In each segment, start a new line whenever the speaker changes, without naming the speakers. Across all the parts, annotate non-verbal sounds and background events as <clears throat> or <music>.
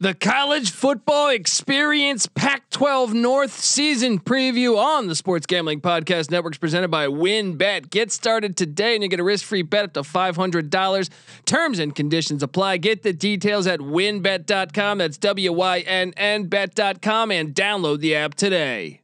The college football experience Pac 12 North season preview on the Sports Gambling Podcast Network is presented by WinBet. Get started today and you get a risk free bet up to $500. Terms and conditions apply. Get the details at winbet.com. That's W Y N N bet.com and download the app today.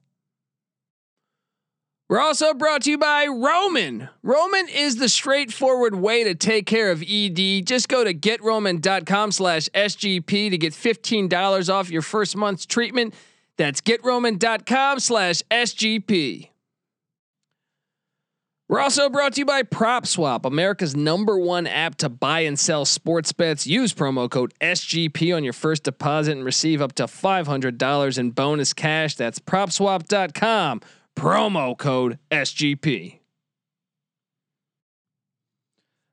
We're also brought to you by Roman. Roman is the straightforward way to take care of ED. Just go to getroman.com slash SGP to get $15 off your first month's treatment. That's getroman.com slash SGP. We're also brought to you by PropSwap, America's number one app to buy and sell sports bets. Use promo code SGP on your first deposit and receive up to $500 in bonus cash. That's propswap.com promo code SGP.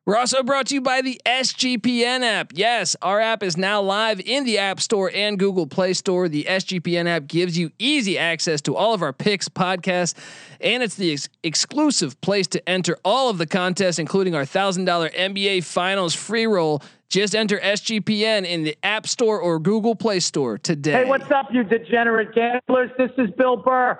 We're also brought to you by the SGPN app. Yes, our app is now live in the App Store and Google Play Store. The SGPN app gives you easy access to all of our picks, podcasts, and it's the ex- exclusive place to enter all of the contests, including our $1,000 NBA Finals free roll. Just enter SGPN in the App Store or Google Play Store today.
Hey, what's up, you degenerate gamblers? This is Bill Burr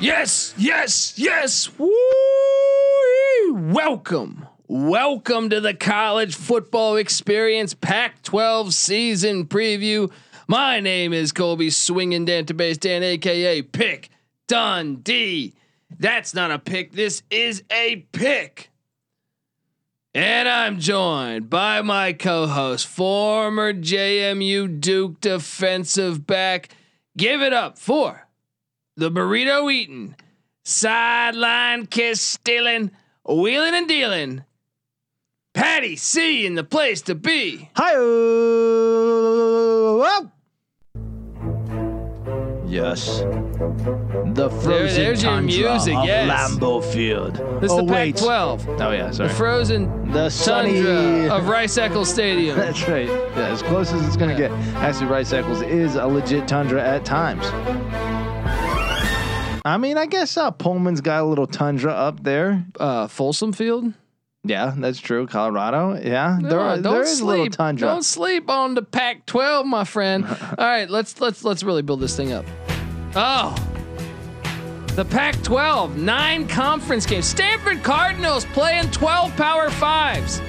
Yes, yes, yes. Woo! Welcome. Welcome to the college football experience Pac 12 season preview. My name is Colby Swinging Dantabase Dan, aka Pick Dundee. That's not a pick, this is a pick. And I'm joined by my co host, former JMU Duke defensive back. Give it up for the burrito eating, sideline kiss stealing, wheeling and dealing. Patty C in the place to be.
Hi. Yes. The frozen
There- there's your
tundra
music,
of
yes.
Lambeau Field.
This is
oh,
the
wait.
Pac-12,
Oh yeah,
the
sorry.
frozen
the sunny.
tundra of Rice-Eccles Stadium.
That's right. Yeah, as close as it's gonna get. Actually, Rice Eccles is a legit tundra at times. I mean, I guess uh, Pullman's got a little tundra up there.
Uh, Folsom Field.
Yeah, that's true. Colorado. Yeah,
No,
there are,
don't
there is
sleep.
a little tundra.
Don't sleep on the Pac-12, my
<laughs>
friend. All right, let's let's let's really build this thing up. Oh. The Pac-12, nine conference games. Stanford Cardinals playing 12 Power 5s.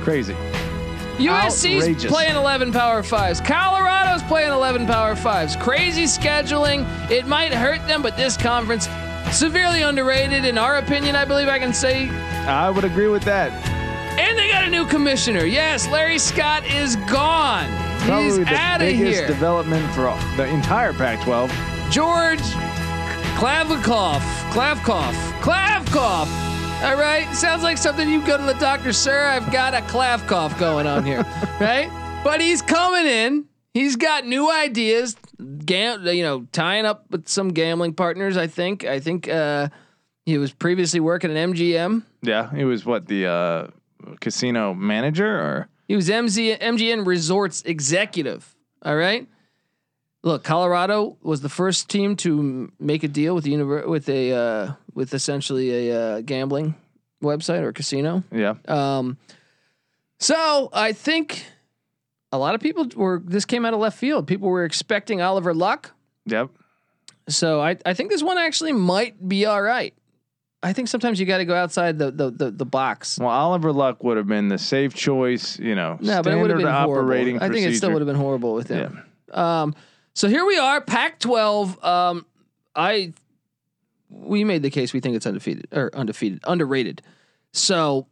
Crazy.
USC's
Outrageous.
playing 11 Power 5s. Colorado's playing 11 Power 5s. Crazy scheduling. It might hurt them, but this conference severely underrated in our opinion, I believe I can say.
I would agree with that.
And they got a new commissioner. Yes, Larry Scott is gone.
Probably
He's
the
out of
biggest
here.
development for all- the entire Pac-12.
George Klavikoff. Klavkoff. Klavkoff. All right. Sounds like something you go to the doctor, sir. I've got a Klavkoff going on here. <laughs> right? But he's coming in. He's got new ideas. Gam- you know, tying up with some gambling partners, I think. I think uh, he was previously working at MGM.
Yeah, he was what the uh, casino manager or
He was MZ, MGN Resorts executive. All right. Look, Colorado was the first team to m- make a deal with the univer- with a uh, with essentially a uh, gambling website or casino.
yeah.
Um, so I think a lot of people were. This came out of left field. People were expecting Oliver Luck.
Yep.
So I, I think this one actually might be all right. I think sometimes you got to go outside the the the, the box.
Well, Oliver Luck would have been the safe choice, you know,
No, but it would have
standard
been
operating
horrible. I think it still would
procedure.
have been horrible with him. Um, so here we are, Pac-12. Um, I we made the case we think it's undefeated or undefeated, underrated. So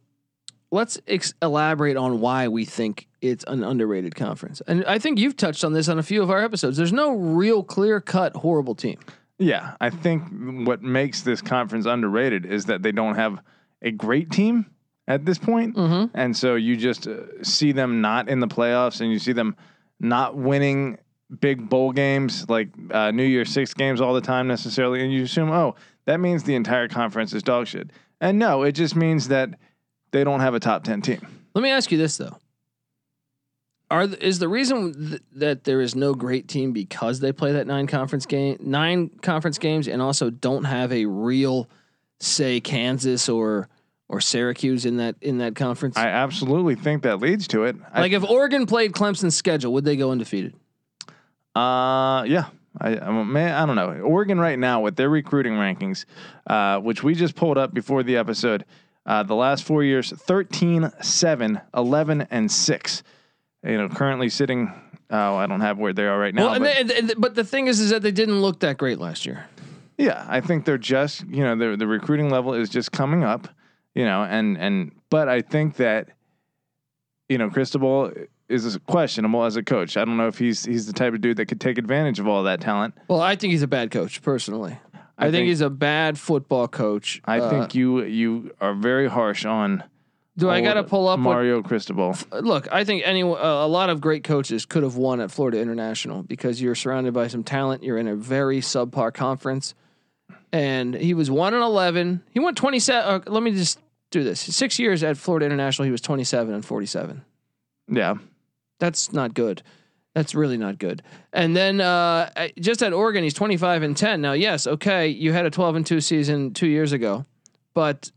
let's ex- elaborate on why we think it's an underrated conference. And I think you've touched on this on a few of our episodes. There's no real clear-cut horrible team.
Yeah, I think what makes this conference underrated is that they don't have a great team at this point,
Mhm.
and so you just uh, see them not in the playoffs, and you see them not winning big bowl games like uh, New Year's Six games all the time necessarily, and you assume, oh, that means the entire conference is dog shit. And no, it just means that they don't have a top ten team.
Let me ask you this though: Are th- is the reason th- that there is no great team because they play that nine conference game, nine conference games, and also don't have a real, say Kansas or or Syracuse in that in that conference?
I absolutely think that leads to it. I-
like if Oregon played Clemson's schedule, would they go undefeated?
Uh, yeah. I, I man, I don't know. Oregon right now with their recruiting rankings, uh, which we just pulled up before the episode. Uh, the last four years 13 7 11 and 6 you know currently sitting oh i don't have where they are right now
well, and
but-
they- and- and- but the thing is, is that they didn't look that great last year.
Yeah, I think they're just you know the the recruiting level is just coming up, you know, and and but I think that you know Cristobal is questionable as a coach. I don't know if he's he's the type of dude that could take advantage of all that talent.
Well, I think he's a bad coach personally. I,
I
think,
think-
he's a bad football coach.
I
Uh,
think you you are very harsh on.
Do I
old
got to pull up? what-
Mario Cristobal?
look, I think any uh, a lot of great coaches could have won at Florida International because you're surrounded by some talent. You're in a very subpar conference, and he was one and eleven. He won twenty seven. Uh, let me just do this. Six years at Florida International, he was twenty seven and forty seven.
Yeah,
That's not good. That's really not good. And then uh, I- just at Oregon, he's 25 and 10. Now, yes, okay, you had a 12 and 2 season two years ago, but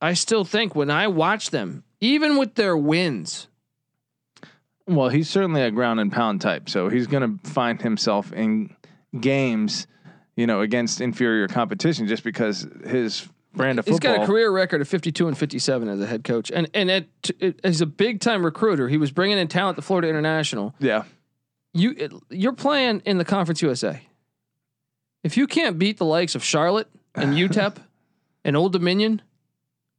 I still think when I watch them, even with their wins,
well, he's certainly a ground and pound type, so he's going to find himself in games, you know, against inferior competition just because his brand of
he's
football.
got a career record of 52 and 57 as a head coach. And and at, it, he's a big time recruiter. He was bringing in talent to Florida International.
Yeah,
You it, you're playing in the Conference USA. If you can't beat the likes of Charlotte and UTEP and Old Dominion,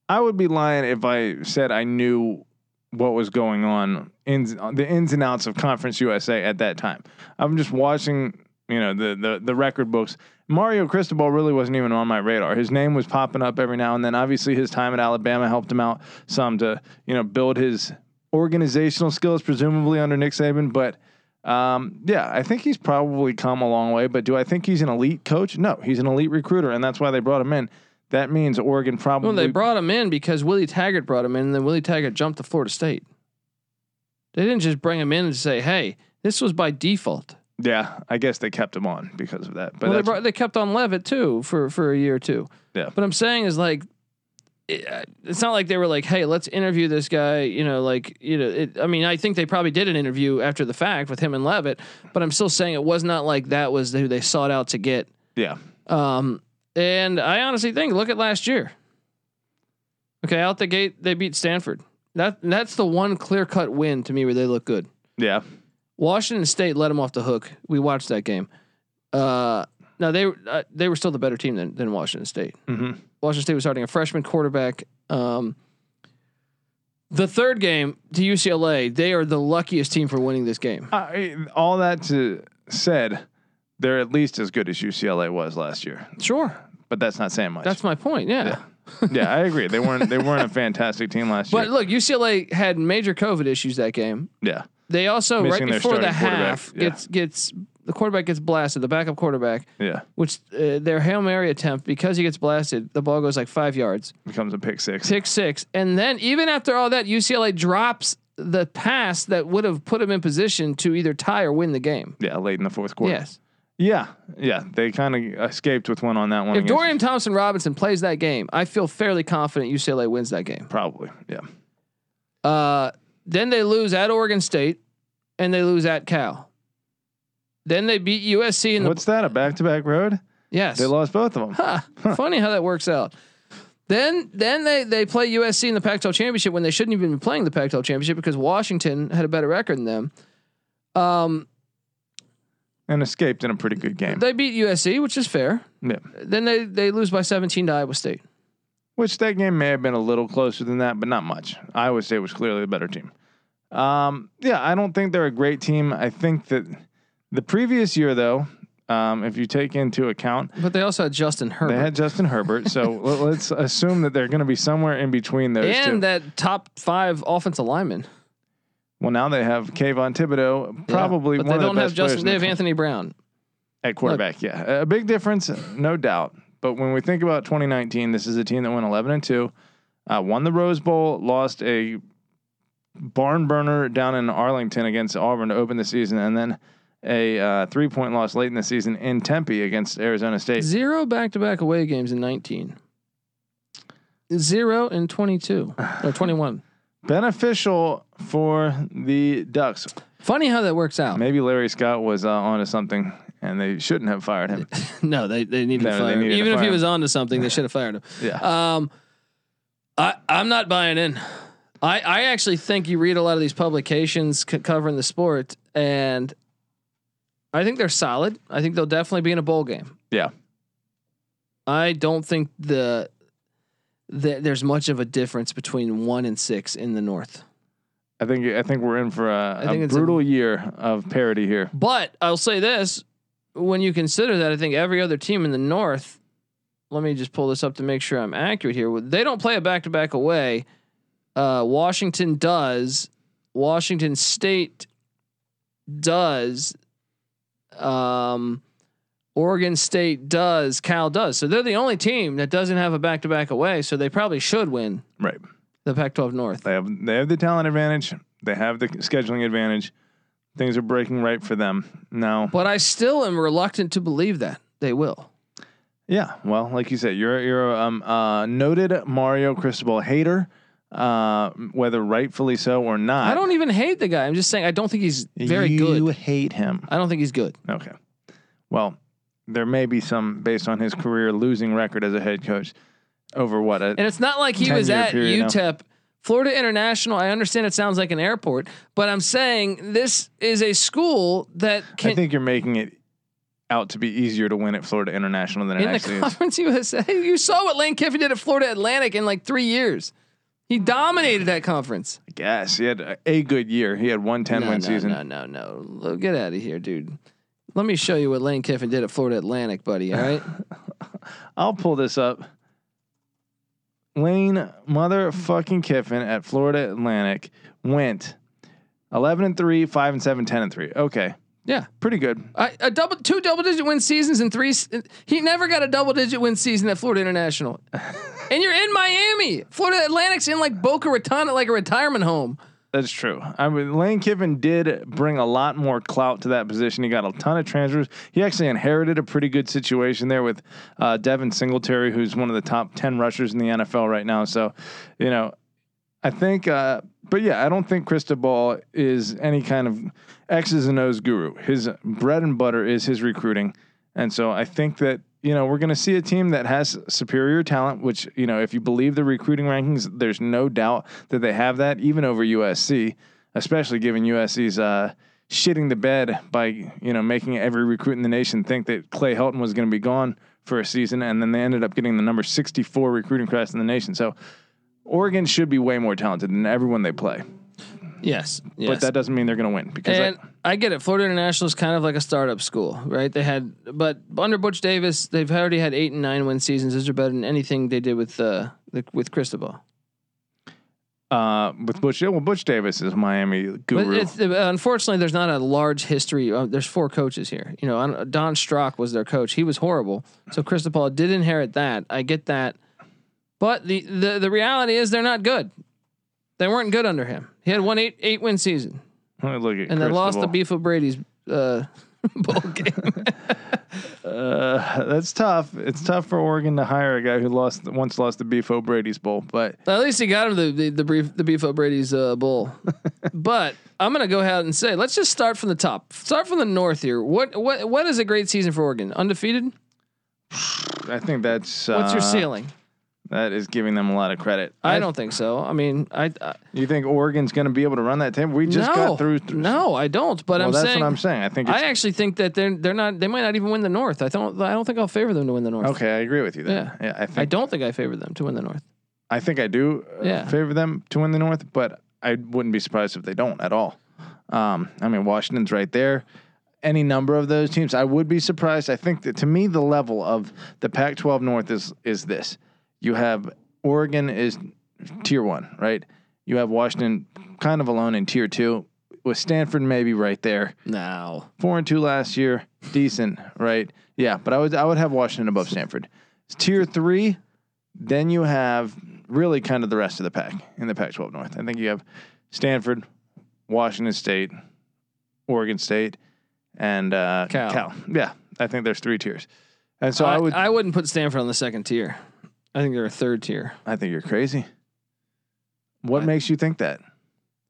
I would be lying if I said I knew what was going on in uh, the ins and outs of Conference USA at that time. I'm just watching, you know, the the, the record books. Mario Cristobal really wasn't even on my radar. His name was popping up every now and then. Obviously, his time at Alabama helped him out some to, you know, build his organizational skills, presumably under Nick Saban. But um, yeah, I think he's probably come a long way. But do I think he's an elite coach? No, he's an elite recruiter, and that's why they brought him in. That means Oregon probably
Well, they brought him in because Willie Taggart brought him in, and then Willie Taggart jumped to Florida State. They didn't just bring him in and say, "Hey, this was by default."
Yeah, I guess they kept him on because of that. But
well, they
that's,
brought, they kept on Levitt too for for a year or two.
Yeah.
But I'm saying is like, it, uh, it's not like they were like, "Hey, let's interview this guy." You know, like you know, it, I mean, I think they probably did an interview after the fact with him and Levitt, but I'm still saying it was not like that was who they sought out to get.
yeah,
Um, and I honestly think, look at last year. Okay, out the gate they beat Stanford. That that's the one clear cut win to me where they look good.
yeah,
Washington State let them off the hook. We watched that game. Uh, now they uh, they were still the better team than than Washington State.
hmm
Washington State was starting a freshman quarterback. Um, the third game to UCLA, they are the luckiest team for winning this game.
I, all that to said, they're at least as good as UCLA was last year.
Sure,
But that's not saying much.
that's my point. yeah.
yeah, I agree. They weren't they weren't
<laughs>
a fantastic team last
But
year.
look, UCLA had major COVID issues that game.
Yeah,
They also
Missing
right
their
before the
starting quarterback,
half
yeah.
gets gets the quarterback gets blasted, the backup quarterback,
yeah,
which uh, their hail mary attempt because he gets blasted, the ball goes like five yards,
becomes a pick six.
pick six, and then even after all that, UCLA drops the pass that would have put him in position to either tie or win the game.
Yeah, late in the fourth quarter.
Yes,
Yeah, yeah, they kind of escaped with one on that one.
if
against-
Dorian Thompson Robinson plays that game, I feel fairly confident UCLA wins that game.
probably, yeah,
Uh, then they lose at Oregon State, and they lose at Cal. Then they beat USC in the
what's that? A back to back road?
yes.
They lost both of them.
Ha, funny how that works out. Then then they they play USC in the Pac-12 championship when they shouldn't even be playing the Pac-12 championship because Washington had a better record than them. Um,
and escaped in a pretty good game.
they beat USC, which is fair.
yeah.
Then they they lose by 17 to Iowa State.
Which that game may have been a little closer than that, but not much. Iowa State was clearly the better team. Um, yeah, I don't think they're a great team. I think that the previous year, though, um, if you take into account,
But they also had Justin
they
Herbert
had Justin
<laughs>
Herbert. So let- let's assume that they're going to be somewhere in between those
and
two.
that top five offensive lineman.
Well, now they have Kayvon Thibodeau, probably
but
one
they
of
don't
the
have
best players
Justin.
in
They
the
have Anthony Brown.
at quarterback. Yeah, a big difference, no doubt. But when we think about 2019, this is a team that went 11 and two, uh, won the Rose Bowl, lost a barn burner down in Arlington against Auburn to open the season, and then a uh, three point loss late in the season in Tempe against Arizona State.
Zero back-to-back away games in 19. Zero and 22 or 21.
Beneficial for the Ducks.
Funny how that works out.
Maybe Larry Scott was uh, onto something, and they shouldn't have fired him.
<laughs> No, they they needed
No,
to
they
fire him.
needed to
Even if
fire
he
him.
was onto something, they should have fired him.
Yeah.
Um, I I'm not buying in. I I actually think you read a lot of these publications c- covering the sport, and I think they're solid. I think they'll definitely be in a bowl game.
Yeah.
I don't think the that there's much of a difference between one and six in the North.
I think I think we're in for
I
a,
think
a
it's a-
brutal year of parity here.
But I'll say this: when you consider that, I think every other team in the North. Let me just pull this up to make sure I'm accurate here. They don't play a back-to-back away. Uh, Washington does. Washington State does. Um, Oregon State does. Cal does. So they're the only team that doesn't have a back-to-back away. So they probably should win
Right.
the Pac-12 North.
They have they have the talent advantage. They have the scheduling advantage. Things are breaking right for them now.
But I still am reluctant to believe that they will.
Yeah. Well, like you said, you're you're um uh noted Mario Cristobal hater, uh whether rightfully so or not.
I don't even hate the guy. I'm just saying I don't think he's very
you
good.
hate him.
I don't think he's good.
Okay. Well, there may be some based on his career losing record as a head coach over what a
And it's not like he was
10-year
at
period now.
UTEP, Florida International. I understand it sounds like an airport, but I'm saying this is a school that
I
can
think you're making it out to be easier to win at Florida International than it
in the <laughs>
actually is.
Conference USA. You saw what Lane Kiffin did at Florida Atlantic in like three years. He dominated that conference.
I guess he had a- a good year. He had one 10
no,
win
no,
season.
No, no, no. Look, Get out of here, dude. Let me show you what Lane Kiffin did at Florida Atlantic, buddy. All right.
<laughs> I'll pull this up. Lane motherfucking Kiffin at Florida Atlantic went 11 and 3, 5 and 7, 10 and 3. Okay.
Yeah.
Pretty good.
I, a double, two double-digit win seasons and three. s- He never got a double-digit win season at Florida <laughs> International. and you're in Miami. Florida Atlantic's in like Boca Raton, at like a retirement home.
That's true. I mean, Lane Kiffin did bring a lot more clout to that position. He got a ton of transfers. He actually inherited a pretty good situation there with uh, Devin Singletary, who's one of the top 10 rushers in the NFL right now. So, you know, I think, uh, but yeah, I don't think Cristobal is any kind of X's and O's guru. His bread and butter is his recruiting. And so I think that, you know, we're going to see a team that has superior talent, which, you know, if you believe the recruiting rankings, there's no doubt that they have that, even over USC, especially given USC's uh, shitting the bed by, you know, making every recruit in the nation think that Clay Helton was going to be gone for a season. And then they ended up getting the number 64 recruiting class in the nation. So, Oregon should be way more talented than everyone they play,
Yes. yes.
but that doesn't mean they're going to win because
and I get it. Florida International is kind of like a startup school, right? They had, but under Butch Davis, they've already had eight and nine win seasons. These are better than anything they did with uh, the, with Cristobal.
uh, with Butch, yeah, well, Butch Davis is Miami
But
guru.
it's, uh, unfortunately, there's not a large history. Uh, there's four coaches here. You know, I don't- Don Strock was their coach. He was horrible. So Cristobal did inherit that. I get that. But the, the the reality is they're not good. They weren't good under him. He had one eight eight win season,
Let me <laughs> Look at
and they lost to
Cristobal.
Beef of Brady's uh, <laughs> bowl game. <laughs>
Uh, <sighs> that's tough. It's tough for Oregon to hire a guy who lost once lost the Beef O'Brady's Bowl, but
At least he got him the the, the brief the beef up Brady's uh,
<laughs>
bowl. but I'm gonna go ahead and say, let's just start from the top. Start from the north here. What what what is a great season for Oregon? Undefeated.
I think that's
What's your
uh,
ceiling?
That is giving them a lot of credit.
I don't think so. I mean, I, I
You think Oregon's going to be able to run that table? We just
no,
got through.
no, I don't. But
well,
I'm
that's
saying
what I'm saying. I think. It's,
I actually think that they're they're not. They might not even win the North. I don't. I don't think I'll favor them to win the North.
okay, I agree with you. Then. Yeah, I think
I don't think I favor them to win the North.
I think I do uh,
Yeah.
favor them to win the North, but I wouldn't be surprised if they don't at all. Um, I mean, Washington's right there. Any number of those teams, I would be surprised. I think that to me, the level of the Pac-12 North is is this: you have Oregon is tier one, right? You have Washington kind of alone in tier two. with Stanford maybe right there.
No.
Four and two last year, decent, right? Yeah, but I would I would have Washington above Stanford. It's tier three. Then you have really kind of the rest of the pack in the Pac-12 North. I think you have Stanford, Washington State, Oregon State, and uh,
Cal.
Yeah, I think there's three tiers. And so I,
I,
would.
I wouldn't put Stanford on the second tier. I think they're a third tier.
I think you're crazy. What
I-
makes you think that?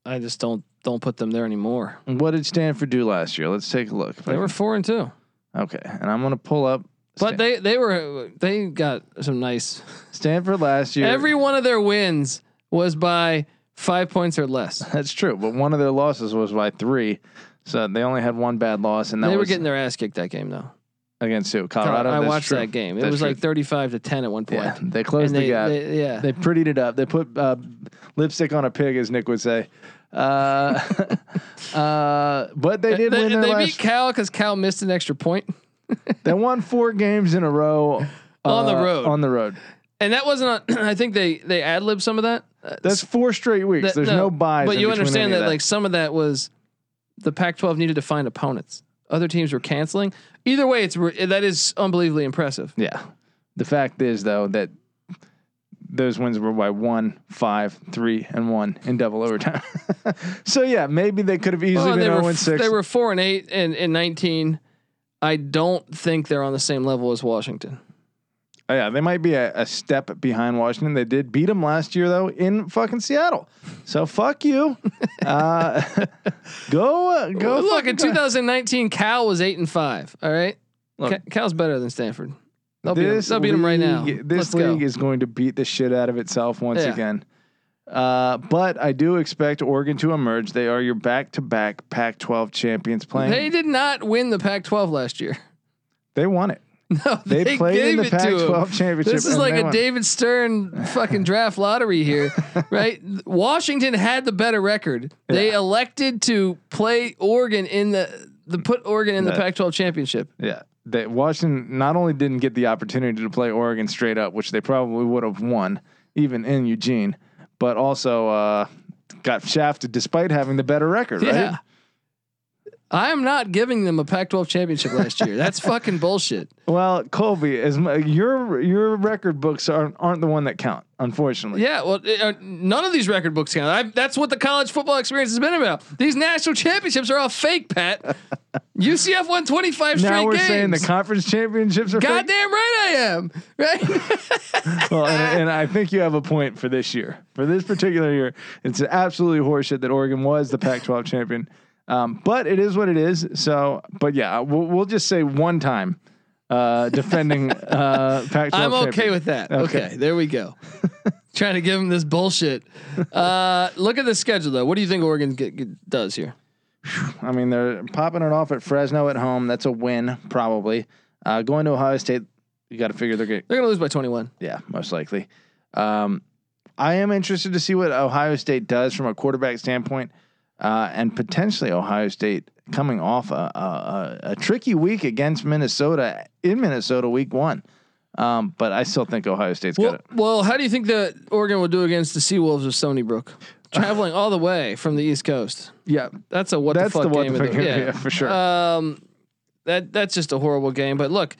I just don't don't put them there anymore.
What did Stanford do last year? Let's take a look. If I
They were
can-
four and two,
okay, and I'm gonna pull up.
but
Stan-
they they were they got some nice.
Stanford last year.
Every one of their wins was by five points or less.
that's true, but one of their losses was by three, so they only had one bad loss, and that
they were
was
getting their ass kicked that game though.
against who? Colorado.
I
Oh, That's
watched
true.
that game. It
That's
was
true.
like thirty-five to ten at one point.
yeah, they
And
closed
they,
the gap. They,
they- yeah,
prettied it up. They put uh, lipstick on a pig, as Nick would say. Uh, <laughs> uh, but they did
they,
win their
they
last.
beat Cal because Cal missed an extra point,
they won four games in a row.
On the
uh,
road.
On the road.
and that wasn't. On, <clears throat> I think they they ad lib some of that. Uh,
That's four straight weeks.
that-
There's no, buys.
But
in
you
between
understand
any of
that, like some of that was the Pac-12 needed to find opponents. Other teams were canceling. Either way, it's re- that is unbelievably impressive.
yeah. The fact is though that those wins were by one, five, three, and one in double overtime. <laughs> so yeah, maybe they could have easily
Well, Oh,
been
they,
zero
were,
oh and
f-
six.
they were four and eight and, and nineteen. I don't think they're on the same level as Washington.
Oh, yeah, they might be a, a step behind Washington. They did beat them last year though in fucking Seattle. So fuck
<laughs>
you. uh, <laughs> go uh, go.
Look,
fucking
in
go.
2019, Cal was eight and five. All right,
Look.
Ca- Cal's better than Stanford. They'll beat 'em. They'll beat 'em right now.
league-
Let's
This
go.
league is going to beat the shit out of itself once
Yeah.
again. Uh, but I do expect Oregon to emerge. They are your back-to-back Pac-12 champions playing.
They did not win the Pac-12 last year.
They won it.
<laughs> No,
They,
they,
played
gave
in the
it to 'em.
Pac-12 championship.
This is
and
like
they
a
won.
David Stern fucking draft lottery here,
<laughs>
right? Washington had the better record. They
Yeah.
elected to play Oregon in the the put Oregon in the
Yeah.
Pac-12 championship.
Yeah, they, Washington not only didn't get the opportunity to play Oregon straight up, which they probably would have won even in Eugene, but also uh, got shafted despite having the better record.
Yeah.
Right?
I am not giving them a Pac-12 championship last year. That's fucking bullshit.
Well, Colby, as mu- your your record books aren't aren't the one that count, unfortunately.
Yeah, well, it- uh, none of these record books count. I, that's what the college football experience has been about. These national championships are all fake,
<laughs>
Pat. UCF won 25 straight
Now we're
games.
saying the conference championships are fake?
Goddamn right I am.
<laughs>
Right?
Well, and, and I think you have a point for this year. For this particular year, it's absolutely horseshit that Oregon was the Pac-12 champion. Um, but it is what it is. So, but yeah, we'll, we'll just say one time uh,
<laughs>
defending uh, Pac-12.
I'm okay
champion.
with that. Okay.
Okay.
there we
<laughs>
go. Trying to give him this bullshit. Uh, look at the schedule, though. What do you think Oregon get, get- does here?
I mean, they're popping it off at Fresno at home. That's a win, probably. Uh, going to Ohio State, you got to figure they're going.
They're going to lose by 21.
Yeah, most likely. Um, I am interested to see what Ohio State does from a quarterback standpoint, uh, and potentially Ohio State coming off a, a, a a tricky week against Minnesota in Minnesota week one. Um, but I still think Ohio State's
Well,
got it.
well, how do you think that Oregon will do against the Seawolves of Stony
<sighs>
Brook? Traveling all the way from the East Coast.
Yeah,
That's a what
that's
the
the
fuck
one
game. of
thing.
the-
yeah. for sure.
Um, that that's just a horrible game. But look,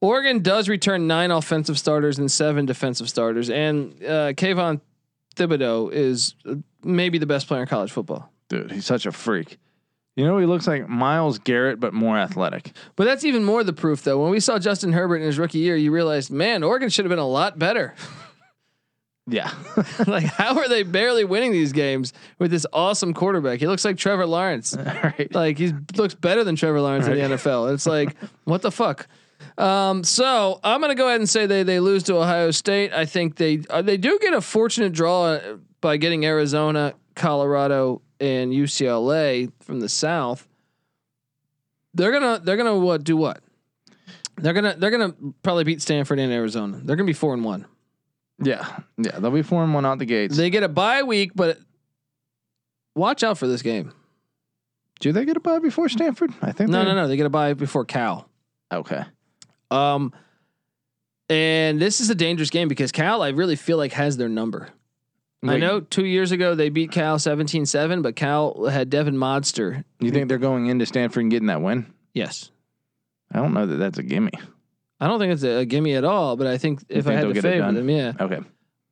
Oregon does return nine offensive starters and seven defensive starters, and uh, Kayvon Thibodeau is uh, maybe the best player in college football.
Dude, he's such a freak. You know, he looks like Miles Garrett, but more athletic.
But that's even more the proof, though. When we saw Justin Herbert in his rookie year, you realized, man, Oregon should have been a lot better. <laughs>
<laughs> Yeah.
like, how are they barely winning these games with this awesome quarterback? He looks like Trevor Lawrence.
All right.
Like he looks better than Trevor Lawrence in the NFL. It's like what the fuck. Um, so I'm gonna go ahead and say they they lose to Ohio State. I think they uh, they do get a fortunate draw uh, by getting Arizona, Colorado, and UCLA from the South. They're gonna they're gonna what do what? They're gonna they're gonna probably beat Stanford and Arizona. They're gonna be four and one.
Yeah. Yeah. They'll be four and one out the gates.
They get a bye week, but watch out for this game.
Do they get a bye before Stanford? I think
No,
they-
no, no. They get a bye before Cal.
Okay.
Um, and this is a dangerous game because Cal, I really feel like has their number. I
Wait,
know two years ago they beat Cal 17 7, but Cal had Devin Modster.
You think they're going into Stanford and getting that win?
Yes.
I don't know that that's a gimme.
I don't think it's a, a gimme at all, but I think if
think
I had
they'll
to
get it
favor
done?
them, yeah.
Okay.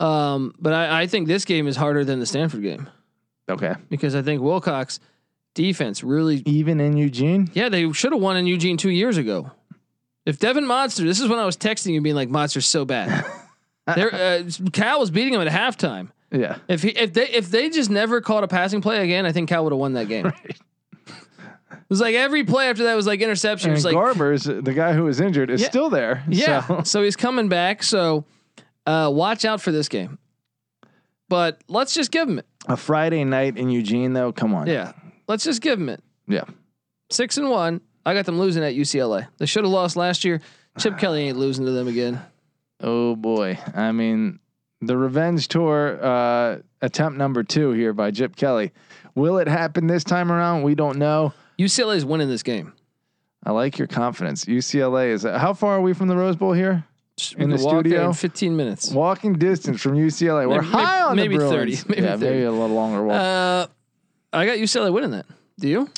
Um, but I, I think this game is harder than the Stanford game
Okay.
because I think Wilcox defense really
Even in Eugene?
Yeah, they should have won in Eugene two years ago. If Devin Monster, this is when I was texting you, being like, "Monster's so
<laughs>
bad." There, uh, Cal was beating him at halftime.
Yeah.
If he, if they, if they just never called a passing play again, I think Cal would have won
<laughs>
that game. It was like every play after that was like interception.
And
It's like,
Garber's the guy who was injured is
Yeah.
still there.
yeah.
So.
<laughs> So. he's coming back. So uh, watch out for this game. But let's just give him it.
A Friday night in Eugene though, come on.
Yeah, let's just give him it.
Yeah.
Six and one. I got them losing at UCLA. They should have lost last year. Chip Kelly ain't losing to them again.
Oh boy. I mean, the revenge tour uh, attempt number two here by Jip Kelly. Will it happen this time around? We don't know.
UCLA is winning this game.
I like your confidence. UCLA is how far are we from the Rose Bowl here?
We
the
can walk there
studio?
in 15 minutes.
Walking distance from UCLA. We're
Maybe-
high on
maybe
the
30,
Bruins.
maybe
yeah,
30.
maybe a little longer walk.
Uh, I got UCLA winning that. Do you?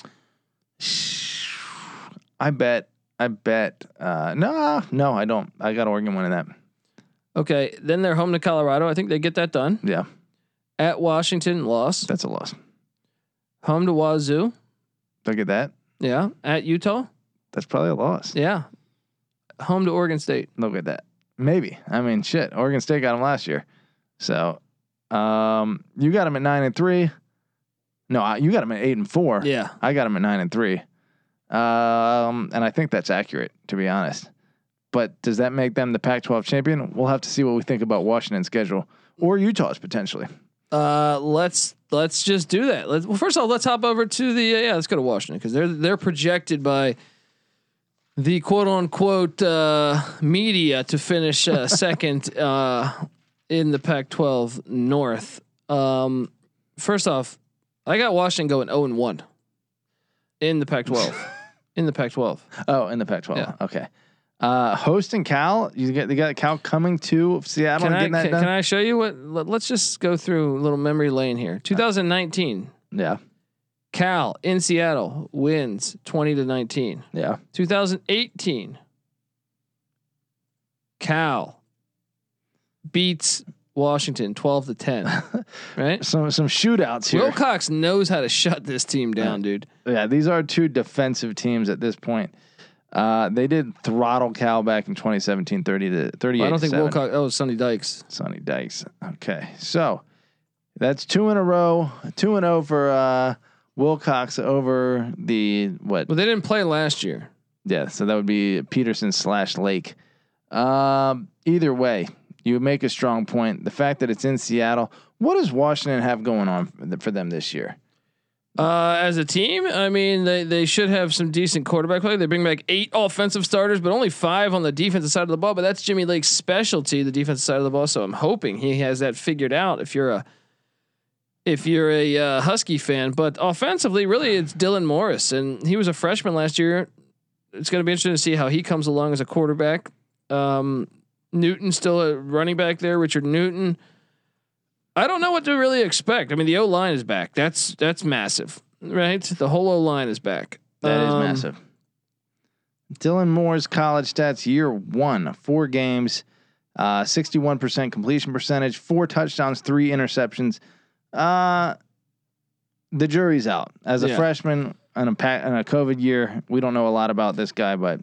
I bet. I bet. Uh, no, no, I don't. I got Oregon winning that.
Okay. Then they're home to Colorado. I think they get that done.
Yeah,
At Washington, loss.
that's a loss.
Home to Wazoo.
Look at that.
Yeah. At Utah.
That's probably a loss.
Yeah. Home to Oregon State.
Look at that. Maybe. I mean, shit. Oregon State got them last year, so um, you got them at nine and three. No, I- you got them at eight and four.
Yeah.
I got them at nine and three, um, and I think that's accurate to be honest. But does that make them the Pac-12 champion? We'll have to see what we think about Washington's schedule or Utah's potentially.
Uh, let's let's just do that. Let's, well, first of all, let's hop over to the uh, yeah. Let's go to Washington because they're they're projected by the quote unquote uh, media to finish
<laughs>
uh, second uh, in the Pac-12 North. Um, first off, I got Washington going zero and one in the
<laughs>
Pac-12. in the Pac-12,
Oh, in the Pac-12.
Yeah.
Okay. Uh, hosting Cal, you get they got Cal coming to
can
Seattle and
I can,
getting that
can
done.
I show you what? Let, let's just go through a little memory lane here. 2019.
yeah,
Cal in Seattle wins 20 to 19.
yeah.
2018, Cal beats Washington 12 to
<laughs>
10. Right?
Some some shootouts here.
Wilcox knows how to shut this team down, dude.
Yeah, these are two defensive teams at this point. Uh, they did throttle Cal back in 2017, 30 to 38.
I don't
to
think
seven.
Wilcox. Oh, Sonny Dykes.
Sonny Dykes. Okay, so that's two in a row, two and zero for uh, Wilcox over the what?
Well, they didn't play last year.
Yeah, so that would be Peterson slash Lake. Um, either way, you make a strong point. The fact that it's in Seattle, what does Washington have going on for th- for them this year?
Uh, as a team, I mean, they, they should have some decent quarterback play. They bring back eight offensive starters, but only five on the defensive side of the ball. But that's Jimmy Lake's specialty, the defensive side of the ball. So I'm hoping he has that figured out. If you're a if you're a uh, Husky fan, but offensively, really, it's Dylan Morris, and he was a freshman last year. It's going to be interesting to see how he comes along as a quarterback. Um, Newton still a running back there. Richard Newton. I don't know what to really expect. I mean, the O line is back. That's that's massive, right? The whole O line is back.
That is
Um,
massive. Dylan Moore's college stats year one, four games, uh, 61% completion percentage, four touchdowns, three interceptions. Uh, the jury's out. As a
Yeah.
freshman in a, pa- in a COVID year, we don't know a lot about this guy, but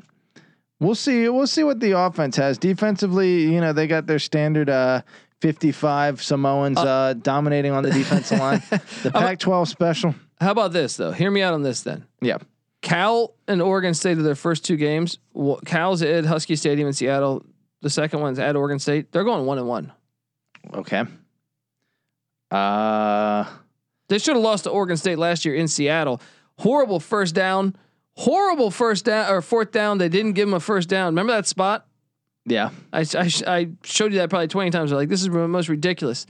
we'll see. We'll see what the offense has. Defensively, you know, they got their standard uh, 55 Samoans uh, dominating on the defensive <laughs> line. The Pac 12 special.
How about this though? Hear me out on this then.
Yeah.
Cal and Oregon State are their first two games. Wa- Cal's at Husky Stadium in Seattle. The second one's at Oregon State. They're going one and one.
Okay. Uh
They should have lost to Oregon State last year in Seattle. Horrible first down. Horrible first down or fourth down. They didn't give him a first down. Remember that spot?
yeah.
I, I, I showed you that probably 20 times. Like, this is the most ridiculous.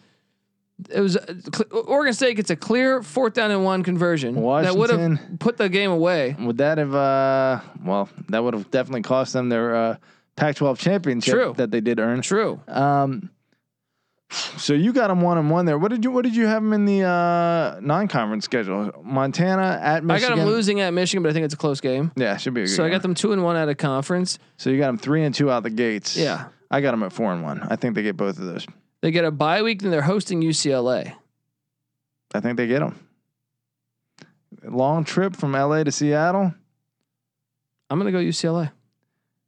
It was uh, cl- Oregon State gets a clear fourth down and one conversion that would
Washington.
have put the game away.
Would that have uh well, that would have definitely cost them their uh Pac-12 championship
True.
that they did earn.
True.
Um So you got him one and one there. What did you What did you have him in the uh, non conference schedule? Montana at
I
Michigan.
got them losing at Michigan, but I think it's a close game.
Yeah, should be a good.
So I
game.
got them two and one out of conference.
So you got them three and two out the gates.
Yeah.
I got them at four and one. I think they get both of those.
They get a bye week, and they're hosting UCLA.
I think they get them. Long trip from LA to Seattle.
I'm gonna go UCLA.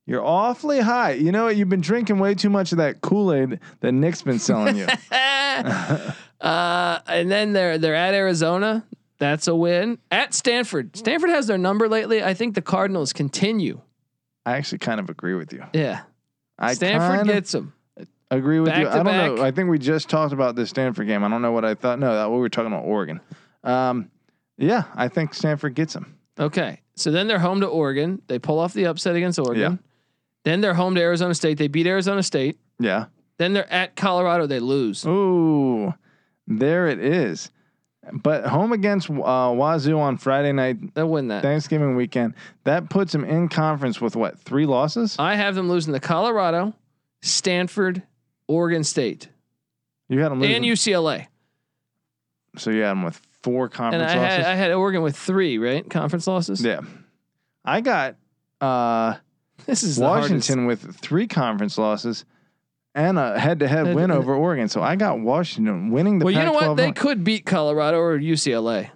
You're awfully high. You know what? You've been drinking way too much of that Kool Aid that Nick's been
<laughs>
selling you.
uh, and then they're they're at Arizona. That's a win at Stanford. Stanford has their number lately. I think the Cardinals continue.
I actually kind of agree with you.
Yeah,
I
Stanford
kind of
gets them.
agree with you.
back
I
to
don't know.
back.
I think we just talked about the Stanford game. I don't know what I thought. No, that we were talking about Oregon. Um, yeah, I think Stanford gets them.
Okay, so then they're home to Oregon. They pull off the upset against Oregon. Then they're home to Arizona State. They beat Arizona State.
Yeah.
Then they're at Colorado. They lose.
Oh, Ooh, there it is. But home against uh, Wazoo on Friday night,
They'll win that.
Thanksgiving weekend, that puts them in conference with what three losses?
I have them losing to Colorado, Stanford, Oregon State,
You had them losing,
and UCLA.
so you had them with four
And
conference
I had,
losses.
I had Oregon with three, right? Conference losses.
yeah, I got uh,
This is the hardest.
Washington with three conference losses and a head-to-head
Head-
win over Oregon. So I got Washington winning the.
well, you know
Pac-12
what? They
on-
could beat Colorado or UCLA.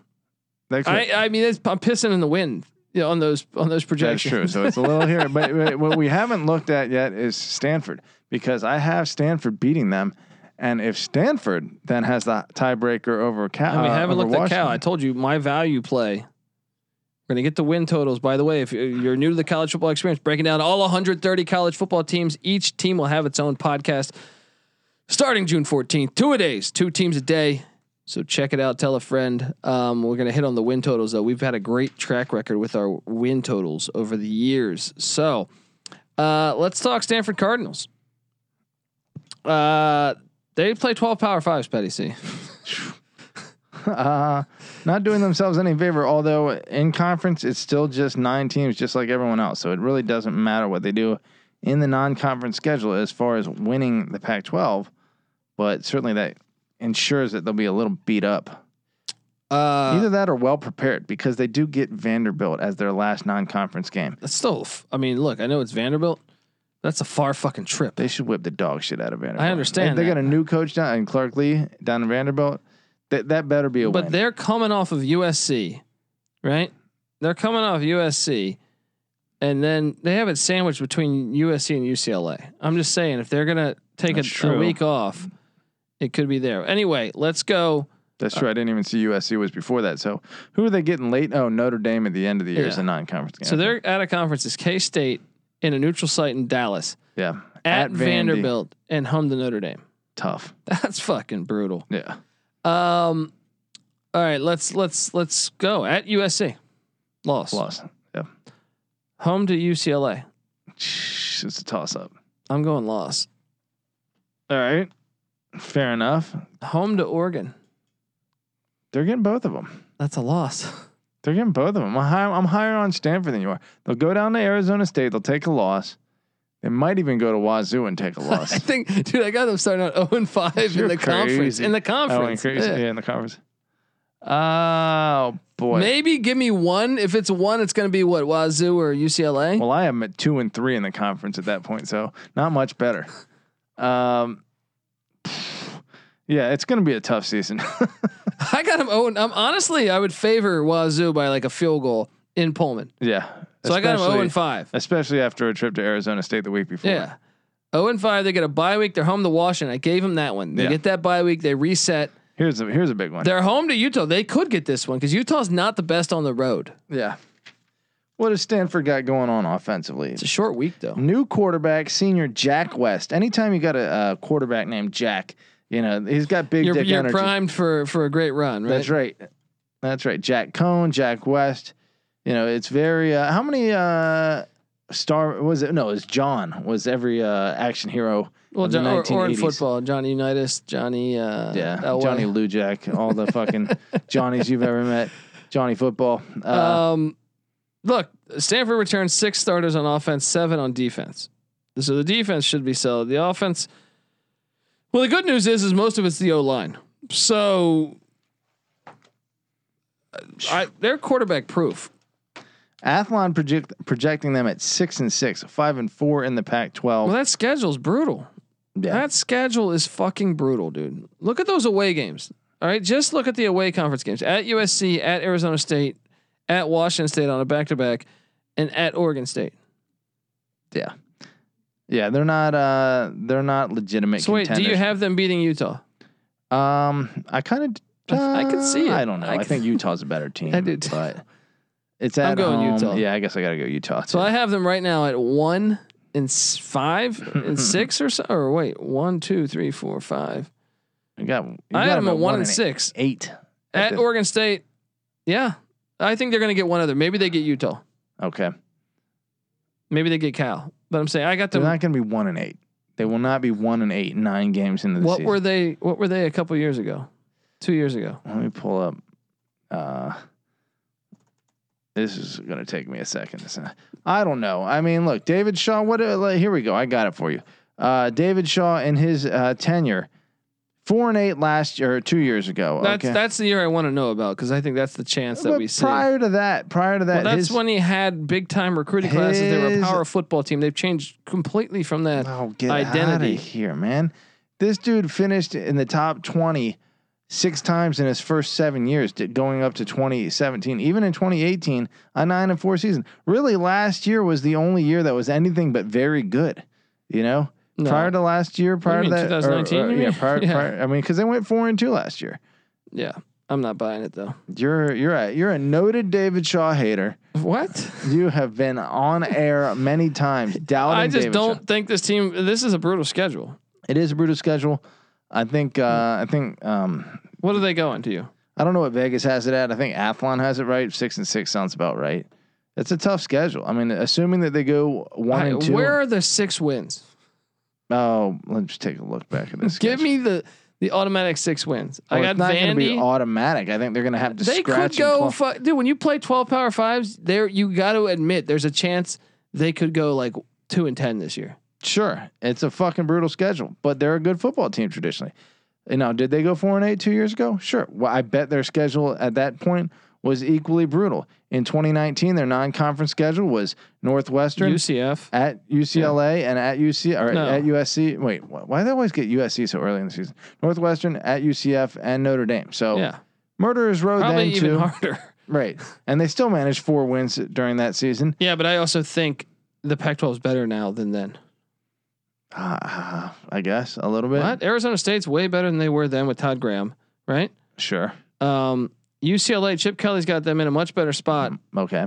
They could-
I, I mean, <laughs> that's, I'm pissing in the wind you know, on those on those
That's
projections.
true. So it's a little here, but, but <laughs> what we haven't looked at yet is Stanford because I have Stanford beating them, and if Stanford then has the tiebreaker over Cal,
And we
uh,
haven't
over
looked at Cal. I
Washington-
told you my value play. We're gonna get the win totals. By the way, if you- you're new to the college football experience, breaking down all 130 college football teams. Each team will have its own podcast starting June 14th. Two a days, two teams a day. So check it out. Tell a friend. Um, we're gonna hit on the win totals though. We've had a great track record with our win totals over the years. So uh, let's talk Stanford Cardinals. Uh, they play 12 Power Fives, Petty C.
uh, not doing themselves any favor. Although in conference, it's still just nine teams, just like everyone else. So it really doesn't matter what they do in the non-conference schedule as far as winning the Pac-12, but certainly that ensures that they'll be a little beat up.
Uh,
Either that or well prepared because they do get Vanderbilt as their last non-conference game.
That's still. f- I mean, look, I know it's Vanderbilt. That's a far fucking trip.
They should whip the dog shit out of Vanderbilt.
I understand
They, they
that.
got a new coach down in Clark Lee down in Vanderbilt. That that better be a
But
win.
they're coming off of USC, right? They're coming off USC, and then they have it sandwiched between USC and UCLA. I'm just saying, if they're gonna take
That's
a, a
true.
week off, it could be there. Anyway, let's go.
That's true. I didn't even see USC was before that. So who are they getting late? Oh, Notre Dame at the end of the year is
Yeah.
a non-conference game.
So they're at a conference. Is K State in a neutral site in Dallas
yeah
at,
Vandy.
Vanderbilt and home to Notre Dame. <laughs>
Tough.
That's fucking brutal.
Yeah.
Um. All right, let's let's let's go at USC. Loss.
Loss. Yeah.
Home to UCLA.
Shh, It's a toss up.
I'm going loss.
All right. Fair enough.
Home to Oregon.
They're getting both of them.
That's a loss.
They're getting both of them. I'm, high, I'm higher on Stanford than you are. They'll go down to Arizona State. They'll take a loss. They might even go to Wazoo and take
<laughs>
a
I <laughs>
loss.
think, dude, I got them starting out 0 and 5 in
You're
the conference.
crazy.
In the
oh, and
conference.
crazy.
Yeah.
Yeah, in the conference. Oh boy.
Maybe give me one. If it's one, it's going to be what Wazoo or UCLA.
Well, I am at two and three in the conference at that point, so not much better. Um, yeah, it's going to be a tough season.
<laughs>
<laughs>
I got them 0. and- I'm honestly, I would favor Wazoo by like a field goal in Pullman.
yeah.
So I got them 0
Especially-
and 5.
Especially after a trip to Arizona State the week before.
Yeah. 0 and 5, they get a bye week. They're home to Washington. I gave them that one. They
Yeah.
get that bye week. They reset.
Here's a, here's a big one.
They're home to Utah. They could get this one because Utah's not the best on the road.
yeah. What has Stanford got going on offensively?
It's a short week though.
New quarterback, senior Jack West. Anytime you got a, a quarterback named Jack, you know he's got big
You're,
dick
you're
energy.
primed for for a great run, right?
That's right. That's right. Jack Cohn, Jack West. You know, it's very uh, how many uh star was it? No, it was John was every uh action hero.
Well,
of the
John, or, or in
1980s.
football, Johnny Unitas, Johnny, uh,
Yeah.
Elway.
Johnny Lou Jack, all the
<laughs>
fucking Johnnies you've ever met. Johnny football. Uh,
Um, look, Stanford returns six starters on offense, seven on defense. So the defense should be solid. The offense Well, the good news is, is most of it's the O line. So, uh, I, they're quarterback proof.
Athlon project, projecting them at six and six, five and four in the Pac-12.
Well, that schedule's brutal.
yeah,
That schedule is fucking brutal, dude. Look at those away games. All right, just look at the away conference games at USC, at Arizona State, at Washington State on a back to back, and at Oregon State.
yeah, yeah. They're not. Uh, they're not legitimate.
So wait, do you
contenders.
have them beating Utah?
Um, I kind of.
I- I could see it.
I don't know.
I
I,
could- <laughs>
think Utah's a better team.
I do too.
But it's
I'm
at
going
home.
Utah.
Yeah, I guess I gotta go Utah.
So
too.
I have them right now at one and s-
<laughs>
five and six or so. Or wait, one, two, three, four, five.
You got. you
I
got
had them at one and
eight-
six
Eight.
at
the-
Oregon State. Yeah, I think they're going to get one other. Maybe they get Utah.
Okay.
Maybe they get Cal. But I'm saying I got
They're
them.
not gonna be one and eight. They will not be one and eight nine games into the
What
season.
were they? What were they a couple years ago? Two years ago.
Let me pull up. Uh, this is gonna take me a second. It's not- I don't know. I mean, look, David Shaw. What? uh, like, here we go. I got it for you. Uh, David Shaw in his uh, tenure, four and eight last year, or two years ago.
That's
okay.
that's the year I want to know about because I think that's the chance that
<laughs> But
we see.
prior to that, prior to that,
well, that's
his,
when he had big time recruiting classes. They were a
his-
power football team. They've changed completely from that.
oh, get
identity.
out of here, man. This dude finished in the top 20 six times in his first seven years, d- going up to 2017, even in 2018, a nine and four season. Really, last year was the only year that was anything but very good, you know.
No.
Prior to last year, prior
mean,
to that, or-
2019,
or-
you
yeah,
mean? <laughs>
prior,
Yeah.
prior. I mean, because they went four and two last year.
Yeah, I'm not buying it though.
You're you're a you're a noted David Shaw hater.
What?
You have been on air many times
<laughs>
doubting.
I just
David Shaw.
don't think this team. This is a brutal schedule.
It is a brutal schedule. I think. Uh, I think. Um,
What are they going to you?
I don't know what Vegas has it at. I think Athlon has it right. Six and six sounds about right. It's a tough schedule. I mean, assuming that they go one
I-
and two.
where are the six wins?
Oh, let's take a look back at this.
Give
schedule.
me the the automatic six wins.
Well,
I got
it's not gonna be
Vandy.
automatic. I think they're going to have to
they
scratch.
could
and
go,
claw.
fu- dude. When you play twelve power fives, there you got to admit there's a chance they could go like two and ten this year.
sure, it's a fucking brutal schedule, but they're a good football team traditionally. You know, did they go four and eight two years ago? Sure. Well, I bet their schedule at that point was equally brutal. In 2019, their non-conference schedule was Northwestern,
UCF.
at UCLA and at UC or
No.
at USC. Wait, wh- why do they always get USC so early in the season? Northwestern at UCF and Notre Dame. So
Yeah,
Murderers Row
probably
Oh, then
even
too.
harder. <laughs>
Right, and they still managed four wins during that season.
Yeah, but I also think the Pac-12 is better now than then.
Ah, I guess a little bit.
What? Arizona State's way better than they were then with Todd Graham, right?
Sure.
Um, UCLA, Chip Kelly's got them in a much better spot.
Mm, Okay.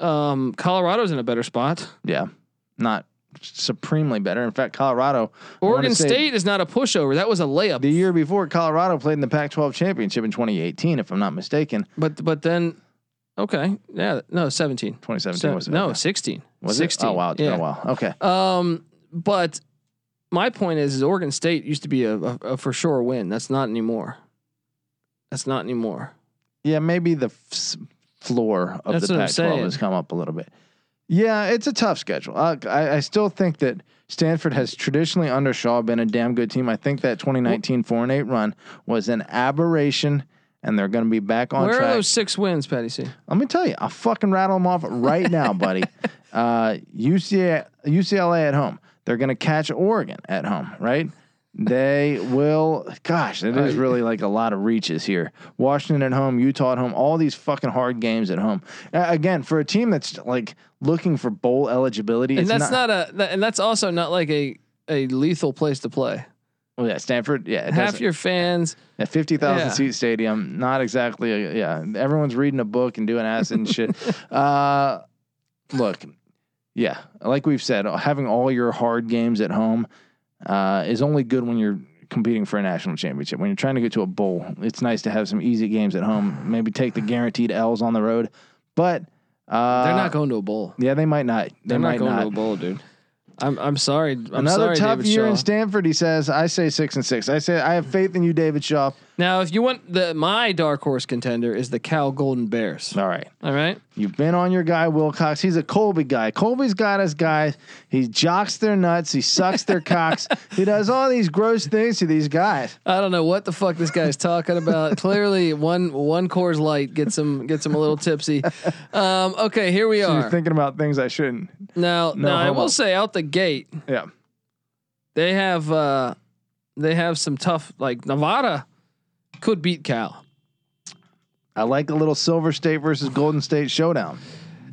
Um, Colorado's in a better spot.
Yeah. Not supremely better. In fact, Colorado. I wanna
Oregon
say
State is not a pushover. That was a layup.
The year before, Colorado played in the Pac-12 championship in 2018, if I'm not mistaken.
But but then, okay, yeah, no, seventeen.
2017
Se-
was it?
no,
Okay.
sixteen.
was
sixteen?
it? Oh wow, it's been
yeah.
a while. Okay.
Um, but my point is, is Oregon State used to be a, a, a for sure win. That's not anymore. That's not anymore.
Yeah, maybe the f- s- floor of
That's
the
what I'm
Pac-12
saying.
has come up a little bit. Yeah, it's a tough schedule. I, I, I still think that Stanford has traditionally under Shaw been a damn good team. I think that 2019 four and eight run was an aberration, and they're going to be back on
Where
track.
are those six wins, Patty C?
Let me tell you, I'll fucking rattle them off right
<laughs>
now, buddy. Uh, UCLA, UCLA at home. They're going to catch Oregon at home, right? They will. Gosh, it is really like a lot of reaches here. Washington at home, Utah at home, all these fucking hard games at home. Uh, again, for a team that's like looking for bowl eligibility,
And
it's
that's not, a. That, and that's also not like a a lethal place to play.
oh, yeah, Stanford. Yeah, it
Half
doesn't-
your fans.
A 50,000
Yeah.
seat stadium. Not exactly. A, yeah. Everyone's reading a book and doing acid
<laughs>
and shit. Uh, look, yeah. Like we've said, having all your hard games at home uh, is only good when you're competing for a national championship. When you're trying to get to a bowl, it's nice to have some easy games at home. Maybe take the guaranteed L's on the road. But uh,
They're not going to a bowl.
Yeah, they might not. They
They're
might
not going
not.
to a bowl, dude. I'm I'm sorry. I'm
Another
sorry,
tough
David
year
Shaw.
in Stanford, he says. I say six and six. I say I have faith in you, David Shaw.
Now, if you want the my dark horse contender is the Cal Golden Bears.
All right.
All right.
You've been on your guy Wilcox. He's a Colby guy. Colby's got his guys. He jocks their nuts. He
<laughs>
sucks their cocks. He does all these gross things to these guys.
I don't know what the fuck this guy's talking
<laughs>
about. Clearly, one one Coors Light gets him gets him a little tipsy. Um, okay, here we
So
are.
you're thinking about things I shouldn't.
now,
No
now I
homo.
will say out the gate,
Yeah.
they have uh, they have some tough like Nevada could beat Cal.
I like a little Silver State versus Golden State showdown,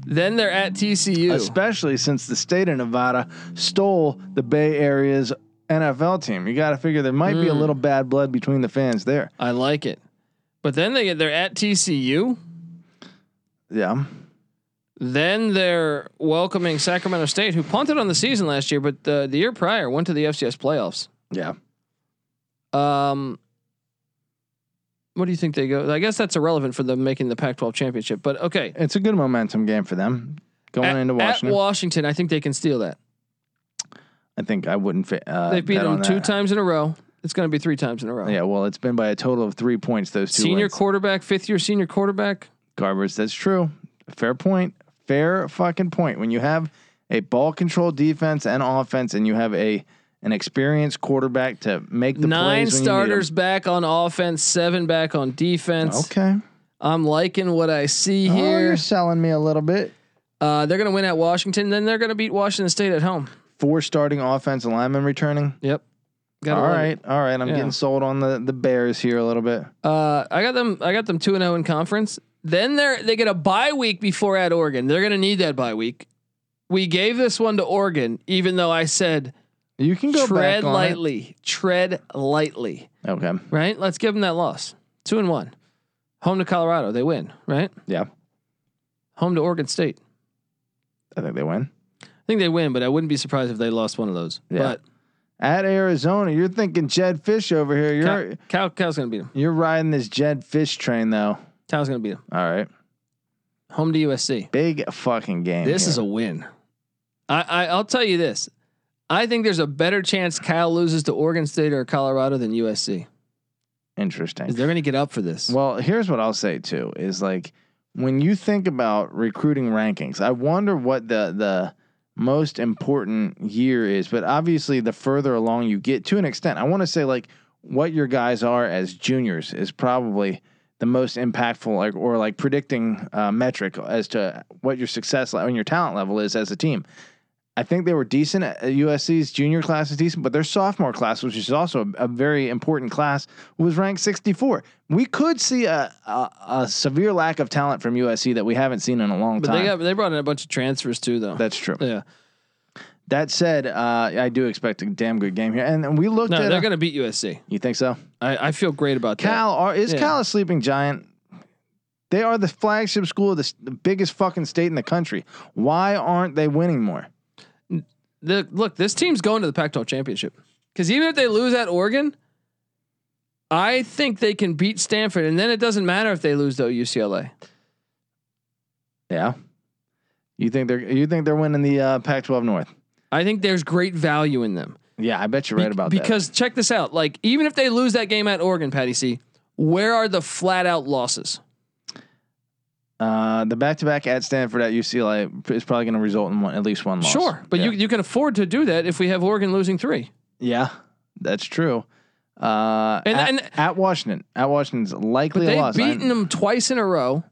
Then they're at TCU.
especially since the state of Nevada stole the Bay Area's NFL team. You got to figure there might be
Hmm.
a little bad blood between the fans there.
I like it. But then they they're at TCU.
Yeah.
Then they're welcoming Sacramento State, who punted on the season last year, but uh, the year prior went to the FCS playoffs.
Yeah.
Um, what do you think they go? I guess that's irrelevant for them making the Pac-12 championship. But okay,
It's a good momentum game for them going
at,
into
at
Washington.
Washington, I think they can steal that.
I think I wouldn't fit. Uh,
They've beat
bet on
them two
that.
times in a row. It's going to be three times in a row.
Yeah, well, it's been by a total of three points. Those two
Senior
wins.
quarterback, fifth year senior quarterback.
Garbers. That's true. Fair point. Fair fucking point. When you have a ball control defense and offense, and you have a an experienced quarterback to make the
Nine
plays when you need 'em.
starters back on offense, seven back on defense.
Okay.
I'm liking what I see
Oh,
here.
you're selling me a little bit.
Uh, they're going to win at Washington, then they're going to beat Washington State at home.
Four starting offensive linemen returning.
Yep. Got
all right, all right. I'm
Yeah.
getting sold on the the Bears here a little bit.
Uh, I got them. I got them two and zero in conference. Then they're they get a bye week before at Oregon. They're going to need that bye week. We gave this one to Oregon, even though I said
You can go
tread
back on
lightly, tread lightly.
It. Okay.
Right? Let's give them that loss. Two and one. Home to Colorado, they win. Right?
Yeah,
Home to Oregon State.
I think they win.
I think they win, but I wouldn't be surprised if they lost one of those.
Yeah.
But
At Arizona, you're thinking Jed Fish over here. You're
Cal, Cal, Cal's going to beat them.
you're riding this Jed Fish train though.
Cal's going to beat them.
All right.
Home to USC.
Big fucking game.
This is
here.
a win. I, I I'll tell you this. I think there's a better chance Kyle loses to Oregon State or Colorado than USC.
interesting.
Is they're going to get up for this?
Well, here's what I'll say too is like when you think about recruiting rankings, I wonder what the the most important year is, but obviously the further along you get to an extent, I want to say like what your guys are as juniors is probably the most impactful like or like predicting uh, metric as to what your success level and your talent level is as a team. I think they were decent. Uh, USC's junior class is decent, but their sophomore class, which is also a, a very important class, was ranked 64. We could see a, a a severe lack of talent from USC that we haven't seen in a long
but
time.
they got they brought in a bunch of transfers too, though.
That's true.
yeah.
That said, uh, I do expect a damn good game here, and, and we looked
No,
at.
they're
uh,
going to beat USC.
you think so?
I, I feel great about that.
Cal are, is
Yeah.
Cal a sleeping giant? They are the flagship school of the, s- the biggest fucking state in the country. Why aren't they winning more?
The, look, this team's going to the Pac-12 championship because even if they lose at Oregon, I think they can beat Stanford, and then it doesn't matter if they lose though UCLA.
Yeah, you think they're you think they're winning the uh, Pac-12 North?
I think there's great value in them.
Yeah, I bet you're right about that.
because check this out. Like, even if they lose that game at Oregon, Patty C, where are the flat out losses?
Uh, the back to back at Stanford at UCLA is probably going to result in one, at least one loss.
Sure, but
yeah.
you you can afford to do that if we have Oregon losing three.
yeah, that's true. Uh,
And-
at,
and-
at Washington, at Washington's
But
likely a
they've
loss. I-
beaten them twice in a row.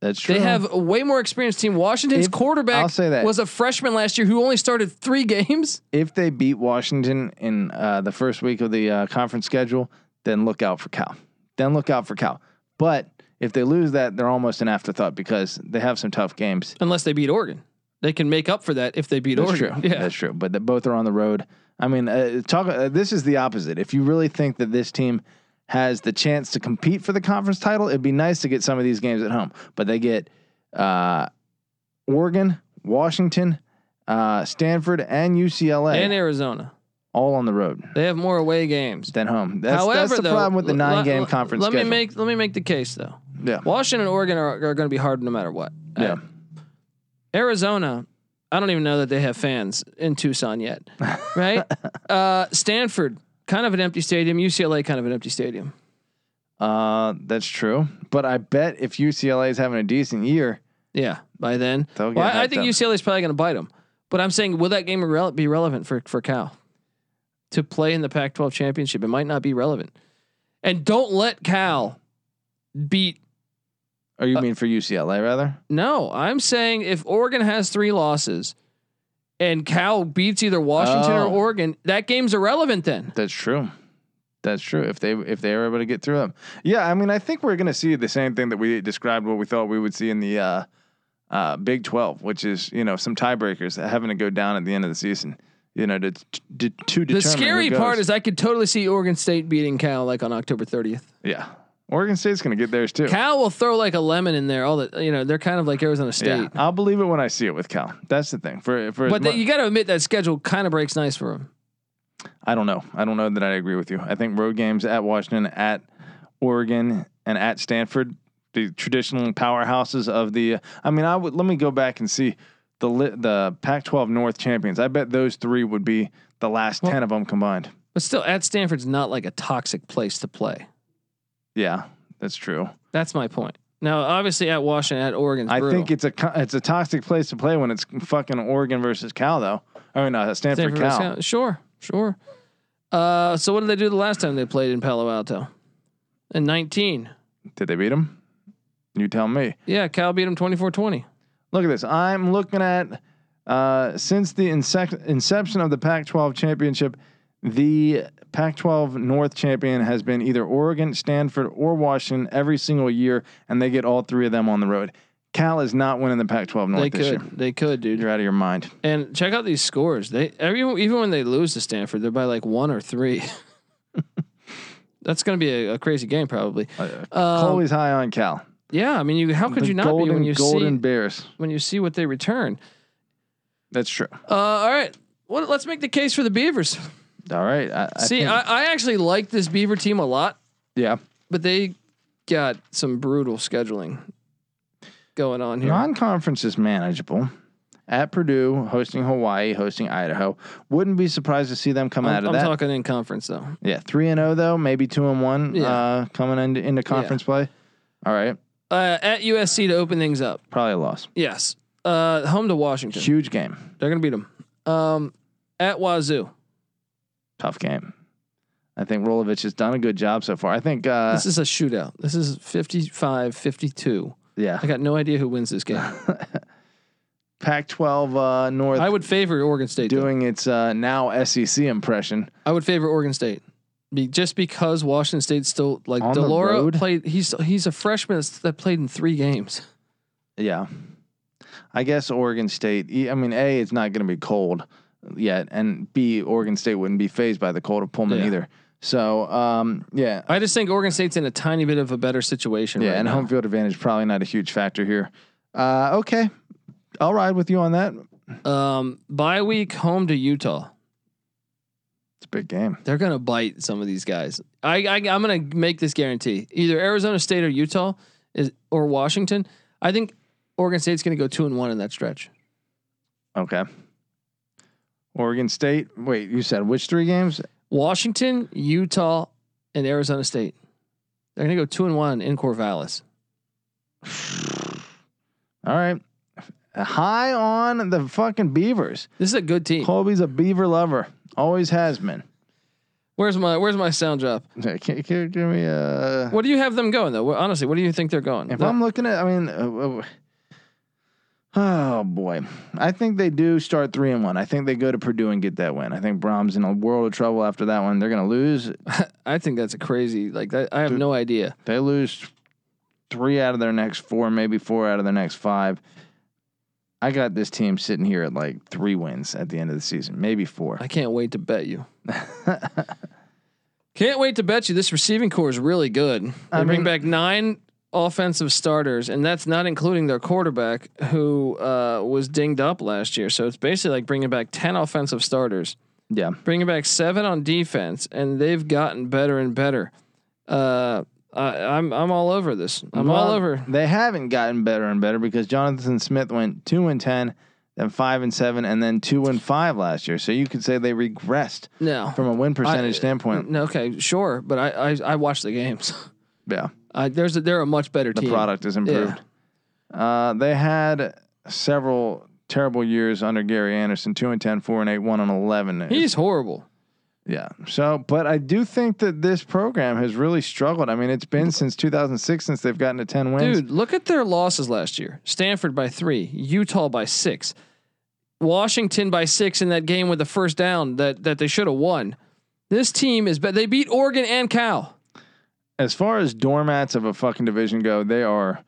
that's true.
They have a way more experienced team. Washington's
If-
quarterback
I'll say that.
was a freshman last year who only started three <laughs> games.
if they beat Washington in uh, the first week of the uh, conference schedule, then look out for Cal. Then look out for Cal. But if they lose that, they're almost an afterthought because they have some tough games.
Unless they beat Oregon, they can make up for that if they beat
That's
Oregon.
true.
Yeah,
That's true. But the, both are on the road. I mean, uh, talk. Uh, this is the opposite. If you really think that this team has the chance to compete for the conference title, it'd be nice to get some of these games at home. But they get uh, Oregon, Washington, uh, Stanford, and UCLA
and Arizona,
all on the road
they have more away games.
than home. That's,
However,
that's the
though,
problem with the
l-
nine-game
l-
conference.
Let me
schedule.
make let me make the case though.
yeah,
Washington and Oregon are, are going to be hard no matter what.
yeah.
Arizona, I don't even know that they have fans in Tucson
<laughs>
yet, right? uh, Stanford, kind of an empty stadium. UCLA, kind of an empty stadium.
Uh, that's true. But I bet if UCLA is having a decent year,
Yeah, by then.
They'll get
Well, I, I
hyped
think
up.
UCLA is probably going to bite them. But I'm saying, will that game rele- be relevant for for Cal to play in the Pac-12 championship? It might not be relevant. And don't let Cal beat. Uh,
or you mean for UCLA rather?
No, I'm saying if Oregon has three losses, and Cal beats either Washington
Oh.
or Oregon, that game's irrelevant. Then
That's true. That's true. If they if they are able to get through them, yeah. I mean, I think we're gonna see the same thing that we described what we thought we would see in the uh, uh, Big Twelve, which is you know some tiebreakers having to go down at the end of the season. You know, to to, to
the
determine
scary
who
part
goes.
is I could totally see Oregon State beating Cal like on October 30th.
yeah, Oregon State's gonna get theirs too.
Cal will throw like a lemon in there. All that you know, they're kind of like Arizona State.
yeah, I'll believe it when I see it with Cal. That's the thing. For for as
But
mu-
that, you got to admit that schedule kind of breaks nice for him.
I don't know. I don't know that I agree with you. I think road games at Washington, at Oregon, and at Stanford, the traditional powerhouses of the. I mean, I would let me go back and see the li- the Pac-12 North champions. I bet those three would be the last
Well-
ten of them combined.
But still, at Stanford's not like a toxic place to play.
Yeah, that's true.
That's my point. Now, obviously, at Washington, at Oregon,
I think it's a co- it's a toxic place to play when it's fucking Oregon versus Cal though. I mean, uh, Stanford, Cal.
Sure, sure. Uh, so what did they do the last time they played in Palo Alto? In 19.
Did they beat them? You tell me.
Yeah, Cal beat them 24-20.
Look at this. I'm looking at uh, since the insec- inception of the Pac-12 championship, the Pac-12 North champion has been either Oregon, Stanford, or Washington every single year, and they get all three of them on the road. Cal is not winning the Pac-12 North
They
this year.
could. They could, dude.
You're out of your mind.
And check out these scores. They every, even when they lose to Stanford, they're by like one or three. <laughs> That's going to be a, a crazy game, probably.
Uh,
Um,
Chloe's high on Cal.
yeah, I mean, you how could
The
you not
golden,
be when you
golden
see
Bears?
when you see what they return?
That's true.
Uh, all right. Well, let's make the case for the Beavers.
All right. I, I
See,
think-
I, I actually like this Beaver team a lot,
yeah.
but they got some brutal scheduling going on here.
Non-conference is manageable. At Purdue, hosting Hawaii, hosting Idaho. Wouldn't be surprised to see them come out
I'm,
of
I'm
that.
talking in conference though.
Yeah, three and zero though, maybe two and one
Yeah.
uh, coming into, into conference play. All right,
Uh, at USC to open things up.
probably a loss.
Yes. Uh, home to Washington.
Huge game,
They're gonna beat them. Um, at Wazoo.
tough game. I think Rolovich has done a good job so far. I think, uh,
This is a shootout. This is 55-52.
yeah,
I got no idea who wins this game.
Pac-12 uh, North
I would favor Oregon State. though.
doing its uh, now SEC impression.
I would favor Oregon State. Be, just because Washington State's still like
On the
Delora
road?
played he's he's a freshman that's- that played in 3 games.
Yeah, I guess Oregon State. e- I mean, a it's not going to be cold yet, and b Oregon State wouldn't be phased by the cold of Pullman
Yeah.
either. So, um, yeah,
I just think Oregon State's in a tiny bit of a better situation
Yeah,
right
and
now.
home field advantage probably not a huge factor here. Uh, okay, I'll ride with you on that. It's
Um bye week home to Utah.
a big game.
They're going to bite some of these guys. I, I I'm going to make this guarantee. Either Arizona State or Utah is or Washington. I think Oregon State's going to go 2 and 1 in that stretch.
Okay. Oregon State. Wait, you said which three games?
Washington, Utah, and Arizona State. They're going to go 2 and 1 in Corvallis.
All right. High on the fucking Beavers.
This is a good team.
Colby's a Beaver lover. Always has been. <laughs>
Where's my Where's my sound drop?
Can, can, you give me a.
What do you have them going though? What- Honestly, what do you think they're going?
Uh, If
No.
I'm looking at, I mean, uh, <sighs> uh, oh boy, I think they do start three and one. I think they go to Purdue and get that win. I think Brom's in a world of trouble after that one. They're gonna lose.
I think that's a crazy. Like that, I have no idea.
They lose three out of their next four, maybe four out of their next five. I got this team sitting here at like three wins at the end of the season, maybe four.
I can't wait to bet
<laughs>
you. can't wait to bet you this receiving core is really good. They
I
bring
mean-
back nine offensive starters, and that's not including their quarterback who uh, was dinged up last year. So it's basically like bringing back ten offensive starters.
Yeah,
bringing back seven on defense, and they've gotten better and better. Uh, I, I'm I'm all over this. I'm all
Well,
over.
They haven't gotten better and better because Jonathan Smith went two and ten, then five and seven, and then two and five last year. So you could say they regressed
No,
from a win percentage
I-
standpoint.
no, okay, sure, but I I, I watch the games. <laughs>
Yeah.
Uh, there's a, they're a much better
The
team.
product is improved. Uh, they had several terrible years under Gary Anderson, two and 10, four and eight, one and 11.
He's horrible.
yeah. So, but I do think that this program has really struggled. I mean, it's been since 2006 since they've gotten to 10 wins.
Dude, look at their losses last year. Stanford by three, Utah by six, Washington by six in that game with the first down that that they should have won. This team is but they beat Oregon and Cal.
as far as doormats of a fucking division go, they are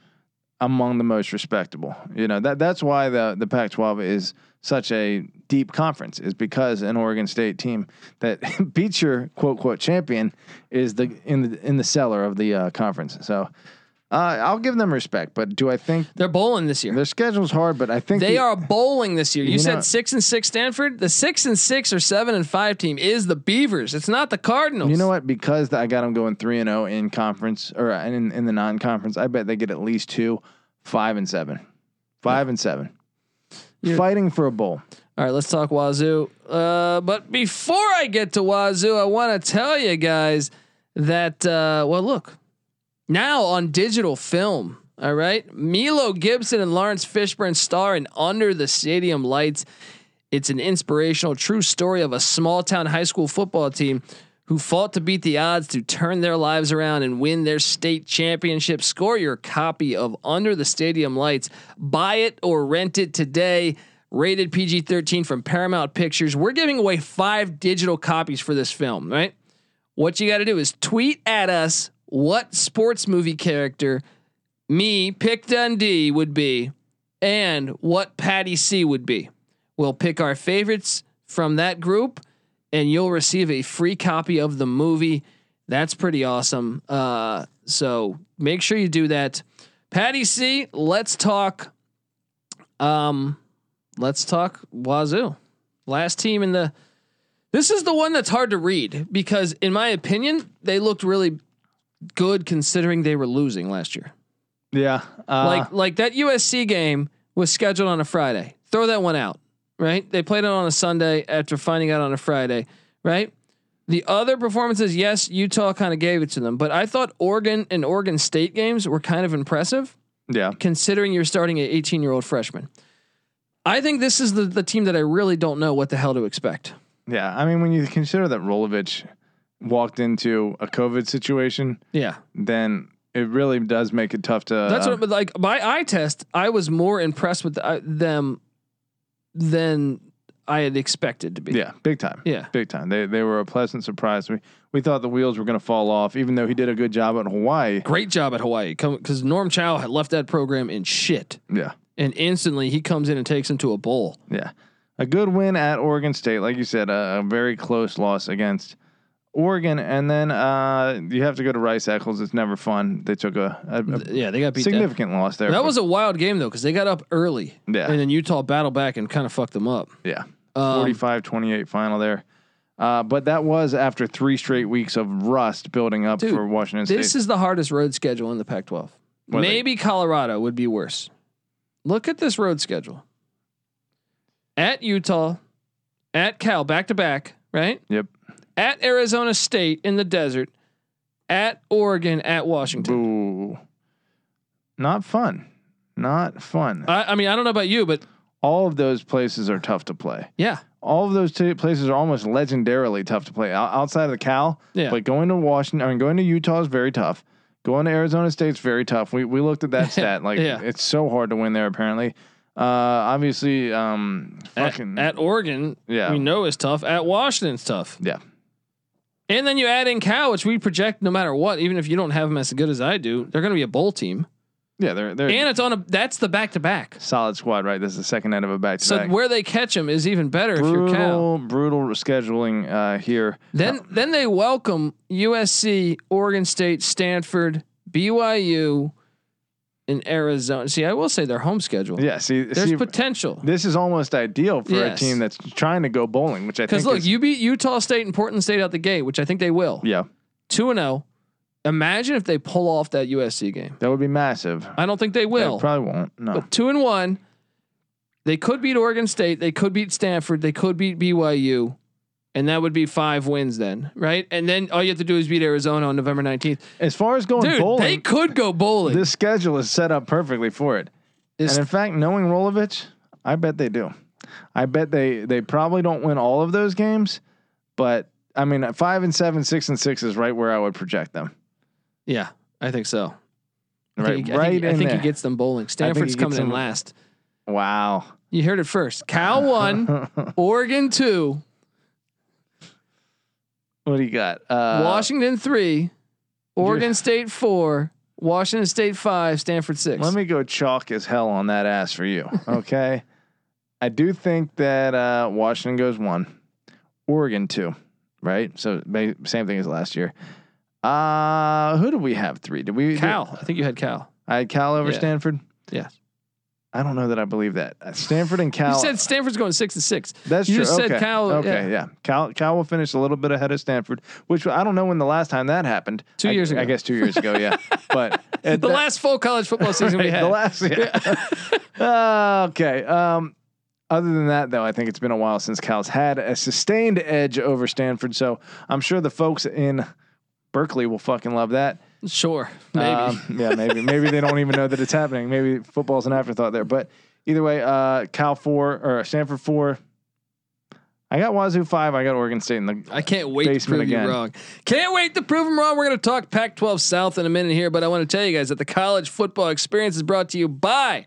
among the most respectable. You know that that's why the the Pac-12 is such a deep conference is because an Oregon State team that <laughs> beats your quote quote champion is the in the in the cellar of the uh, conference. So uh, I'll give them respect, but do I think
They're bowling this year.
their schedule's hard? But I think
They
the-
are bowling this year. You,
You
said
know-
six and six Stanford. The six and six or seven and five team is the Beavers. It's not the Cardinals.
You know what? Because I got them going three and zero in conference or in in the non conference. I bet they get at least two, five and seven, five and 7
You're-
fighting for a bowl.
All right, let's talk Wazoo. Uh, but before I get to Wazoo, I want to tell you guys that, uh, well, look, now on digital film, all right, Milo Gibson and Lawrence Fishburne star in Under the Stadium Lights. It's an inspirational, true story of a small town high school football team who fought to beat the odds to turn their lives around and win their state championship. Score your copy of Under the Stadium Lights. Buy it or rent it today. Rated PG 13 from Paramount Pictures. We're giving away five digital copies for this film, right? What you got to do is tweet at us what sports movie character me, Pick Dundee, would be and what Patty C would be. We'll pick our favorites from that group, and you'll receive a free copy of the movie. That's pretty awesome. Uh, so make sure you do that. Patty C, let's talk. Um, let's talk Wazoo. Last team in the. This is the one that's hard to read because, in my opinion, they looked really good considering they were losing last year.
Yeah, uh,
Like like that USC game was scheduled on a Friday. Throw that one out, right? They played it on a Sunday after finding out on a Friday, right? The other performances, yes, Utah kind of gave it to them, but I thought Oregon and Oregon State games were kind of impressive
yeah.
considering you're starting an 18 year old freshman. I think this is the, the team that I really don't know what the hell to expect.
Yeah, I mean, when you consider that Rolovich walked into a COVID situation,
Yeah.
then it really does make it tough to.
That's
uh,
what, but like by eye test, I was more impressed with uh, them than I had expected to be.
yeah, big time.
Yeah.
big time. They they were a pleasant surprise. We we thought the wheels were going to fall off, even though he did a good job at Hawaii.
great job at Hawaii because Norm Chow had left that program in shit,
Yeah,
and instantly he comes in and takes him to a bowl.
Yeah. A good win at Oregon State, like you said, a, a very close loss against Oregon, and then uh, you have to go to Rice Eccles. It's never fun. They took a, a- a
Yeah, they got beat. Down.
significant loss there.
That was a wild game though because they got up early,
Yeah.
and then Utah battled back and kind of fucked them up.
yeah,
Um,
45-28 final there. Uh, but that was after three straight weeks of rust building up
Dude,
for Washington State.
this is the hardest road schedule in the Pac-12.
Well, they-
Maybe Colorado would be worse. Look at this road schedule: at Utah, at Cal, back to back, right?
yep.
At Arizona State in the desert, at Oregon, at Washington.
Boo. Not fun. Not fun.
I, I mean, I don't know about you, but
All of those places are tough to play.
yeah,
all of those two places are almost legendarily tough to play O- outside of the Cal.
Yeah.
But going to Washington, I mean, going to Utah is very tough. Going to Arizona State's very tough. We we looked at that stat.
<laughs>
Like
Yeah.
it's so hard to win there. Apparently, uh, obviously, um,
at,
fucking
at Oregon,
Yeah.
we know is tough. At Washington's tough,
yeah,
and then you add in Cal, which we project no matter what, even if you don't have them as good as I do, they're going to be a bowl team,
yeah. They're they're
and it's on a that's the back to back.
solid squad, right? This is the second end of a back to
So
back.
where they catch them is even better if you're Cal.
Brutal, brutal scheduling uh, here.
Then then they welcome USC, Oregon State, Stanford, BYU, and Arizona. See, I will say their home schedule.
Yeah, see,
There's
see
potential.
this is almost ideal for
Yes.
a team that's trying to go bowling, which I think
Because look,
is,
you beat Utah State and Portland State out the gate, which I think they will.
yeah,
two and zero. Imagine if they pull off that USC game.
that would be massive.
I don't think they
They
will.
probably won't. No,
but two and one, they could beat Oregon State. They could beat Stanford. They could beat BYU. and that would be five wins then, right? And then all you have to do is beat Arizona on November nineteenth.
As far as going
Dude, they
bowling,
could go bowling.
this schedule is set up perfectly for it.
This-
and in fact, knowing Rolovich, I bet they do. I bet they they probably don't win all of those games, but I mean, at five and seven, six and six is right where I would project them.
yeah, I think so. I
Right,
think, I
right
think, I
in
think
there.
he gets them bowling. Stanford's
he gets
coming in
them-
last.
wow.
You heard it first.
<laughs>
Cal one, Oregon two,
What do you got? Uh,
Washington three, Oregon State four, Washington State five, Stanford six.
Let me go chalk as hell on that ass for you. Okay. <laughs> I do think that uh, Washington goes one, Oregon two, right? So ba- same thing as last year. Uh, who did we have three? Did we did-
Cal. I think you had Cal.
I had Cal over
Yeah.
Stanford.
Yeah.
I don't know that I believe that. Uh, Stanford and
<laughs>
Cal.
You said Stanford's going six to six.
<laughs> that's
you
true.
just said
okay.
Cal,
Okay.
yeah.
Yeah. Cal. Cal will finish a little bit ahead of Stanford, which I don't know when the last time that happened.
Two
I-
years ago.
I guess two years ago.
<laughs>
Yeah. but
The last full college
<laughs>
football season we
Right,
had.
The last, <laughs> yeah. okay. Um, other than that, though, I think it's been a while since Cal's had a sustained edge over Stanford. So I'm sure the folks in Berkeley will fucking love that.
sure, maybe.
Um, yeah, maybe. Maybe they don't even know that it's happening. Maybe football's an afterthought there. But either way, uh, Cal four or Stanford four. I got Wazoo five. I got Oregon State in the.
I can't wait to
Basement
prove
again.
you wrong. Can't wait to prove them wrong. We're going to talk Pac 12 South in a minute here, but I want to tell you guys that the college football experience is brought to you by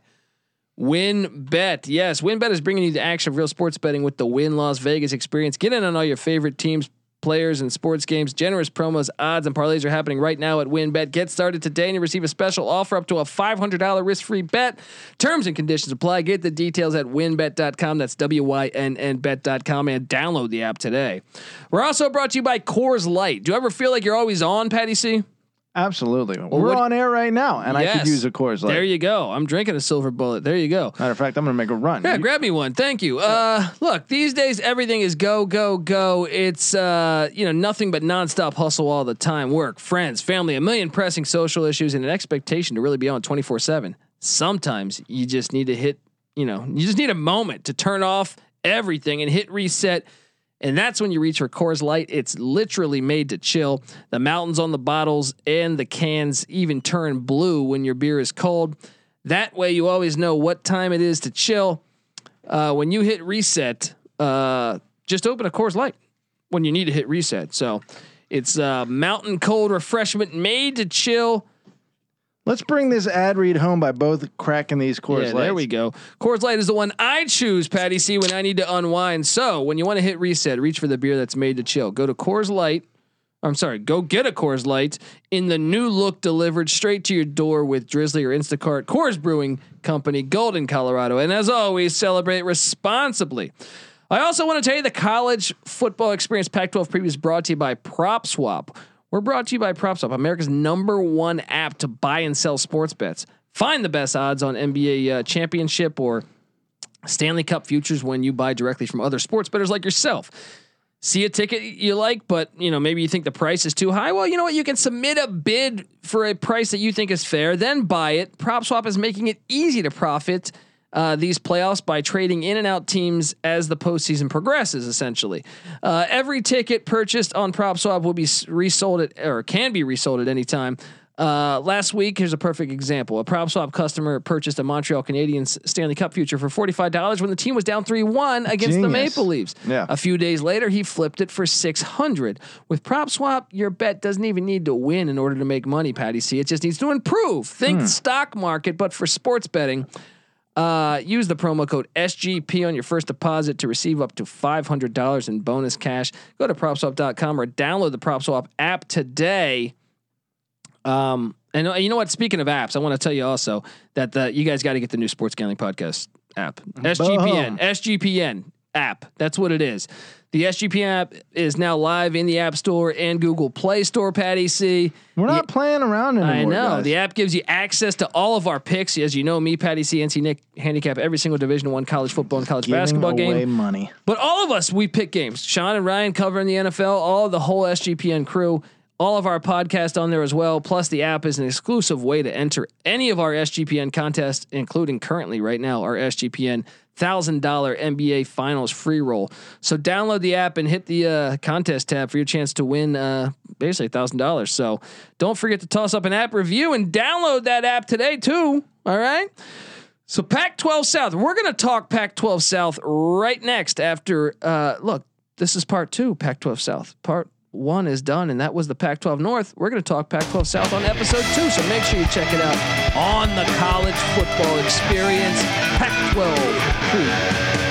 WinBet. Yes, WinBet is bringing you the action of real sports betting with the Win Las Vegas experience. Get in on all your favorite teams, players, and sports games. Generous promos, odds, and parlays are happening right now at WinBet. Get started today and you receive a special offer up to a $500 risk free bet. Terms and conditions apply. Get the details at winbet.com. That's W Y N N bet.com and download the app today. We're also brought to you by Coors Light. Do you ever feel like you're always on, Patty C?
Absolutely, we're
what-
on air right now, and I
Yes.
could use a Coors Light.
There you go. I'm drinking a silver bullet. There you go.
Matter of fact, I'm gonna make a run.
Yeah,
You-
grab me one. Thank you. Uh, look, these days everything is go, go, go. It's uh, you know nothing but nonstop hustle all the time. Work, friends, family, a million pressing social issues, and an expectation to really be on twenty four seven. Sometimes you just need to hit. You know, you just need a moment to turn off everything and hit reset. And that's when you reach for Coors Light. It's literally made to chill. The mountains on the bottles and the cans even turn blue when your beer is cold. That way, you always know what time it is to chill uh, when you hit reset, uh, just open a Coors Light when you need to hit reset. So it's uh, mountain cold refreshment made to chill.
Let's bring this ad read home by both cracking these Coors
yeah,
Lights.
there we go. Coors Light is the one I choose, Patty C, when I need to unwind. So when you want to hit reset, reach for the beer that's made to chill. Go to Coors Light. I'm sorry, go get a Coors Light in the new look delivered straight to your door with Drizzly or Instacart. Coors Brewing Company, Golden, Colorado. And as always, celebrate responsibly. I also want to tell you the college football experience Pac 12 preview is brought to you by PropSwap. We're brought to you by PropSwap, America's number one app to buy and sell sports bets. Find the best odds on NBA uh, championship or Stanley Cup futures when you buy directly from other sports bettors like yourself. See a ticket you like, but you know maybe you think the price is too high. Well, you know what? You can submit a bid for a price that you think is fair, then buy it. PropSwap is making it easy to profit uh, these playoffs by trading in and out teams as the postseason progresses. Essentially, uh, every ticket purchased on PropSwap will be s- resold at or can be resold at any time. Uh, last week, here's a perfect example. A prop swap customer purchased a Montreal Canadiens Stanley Cup future for $45 when the team was down 3 1 against the
Genius.
Maple Leafs.
Yeah.
A few days later, he flipped it for 600 With prop swap, your bet doesn't even need to win in order to make money, Patty C. It just needs to improve. Think stock market, but for sports betting. Uh, use the promo code SGP on your first deposit to receive up to $500 in bonus cash. Go to propswap.com or download the PropSwap app today. Um, and uh, you know what? Speaking of apps, I want to tell you also that the you guys got to get the new Sports Gambling Podcast app, SGPN, SGPN app. That's what it is. The SGPN app is now live in the App Store and Google Play Store. Patty C.
We're not playing around anymore.
I know.
guys.
The app gives you access to all of our picks. As you know, me, Patty C, NC Nick handicap every single Division One college football and college
Giving
basketball game.
away money.
But all of us, we pick games. Sean and Ryan covering the NFL, all the whole SGPN crew. all of our podcasts on there as well. Plus, the app is an exclusive way to enter any of our SGPN contests, including currently right now our SGPN thousand dollar NBA Finals free roll. So download the app and hit the uh, contest tab for your chance to win uh, basically thousand dollars. So don't forget to toss up an app review and download that app today too. All right. So Pac-12 South, we're gonna talk Pac-12 South right next. After uh, look, this is part two, Pac-12 South. Part one is done, and that was the Pac-12 North. We're gonna talk Pac-12 South on episode two, so make sure you check it out on the College Football Experience Pac-12 Preview.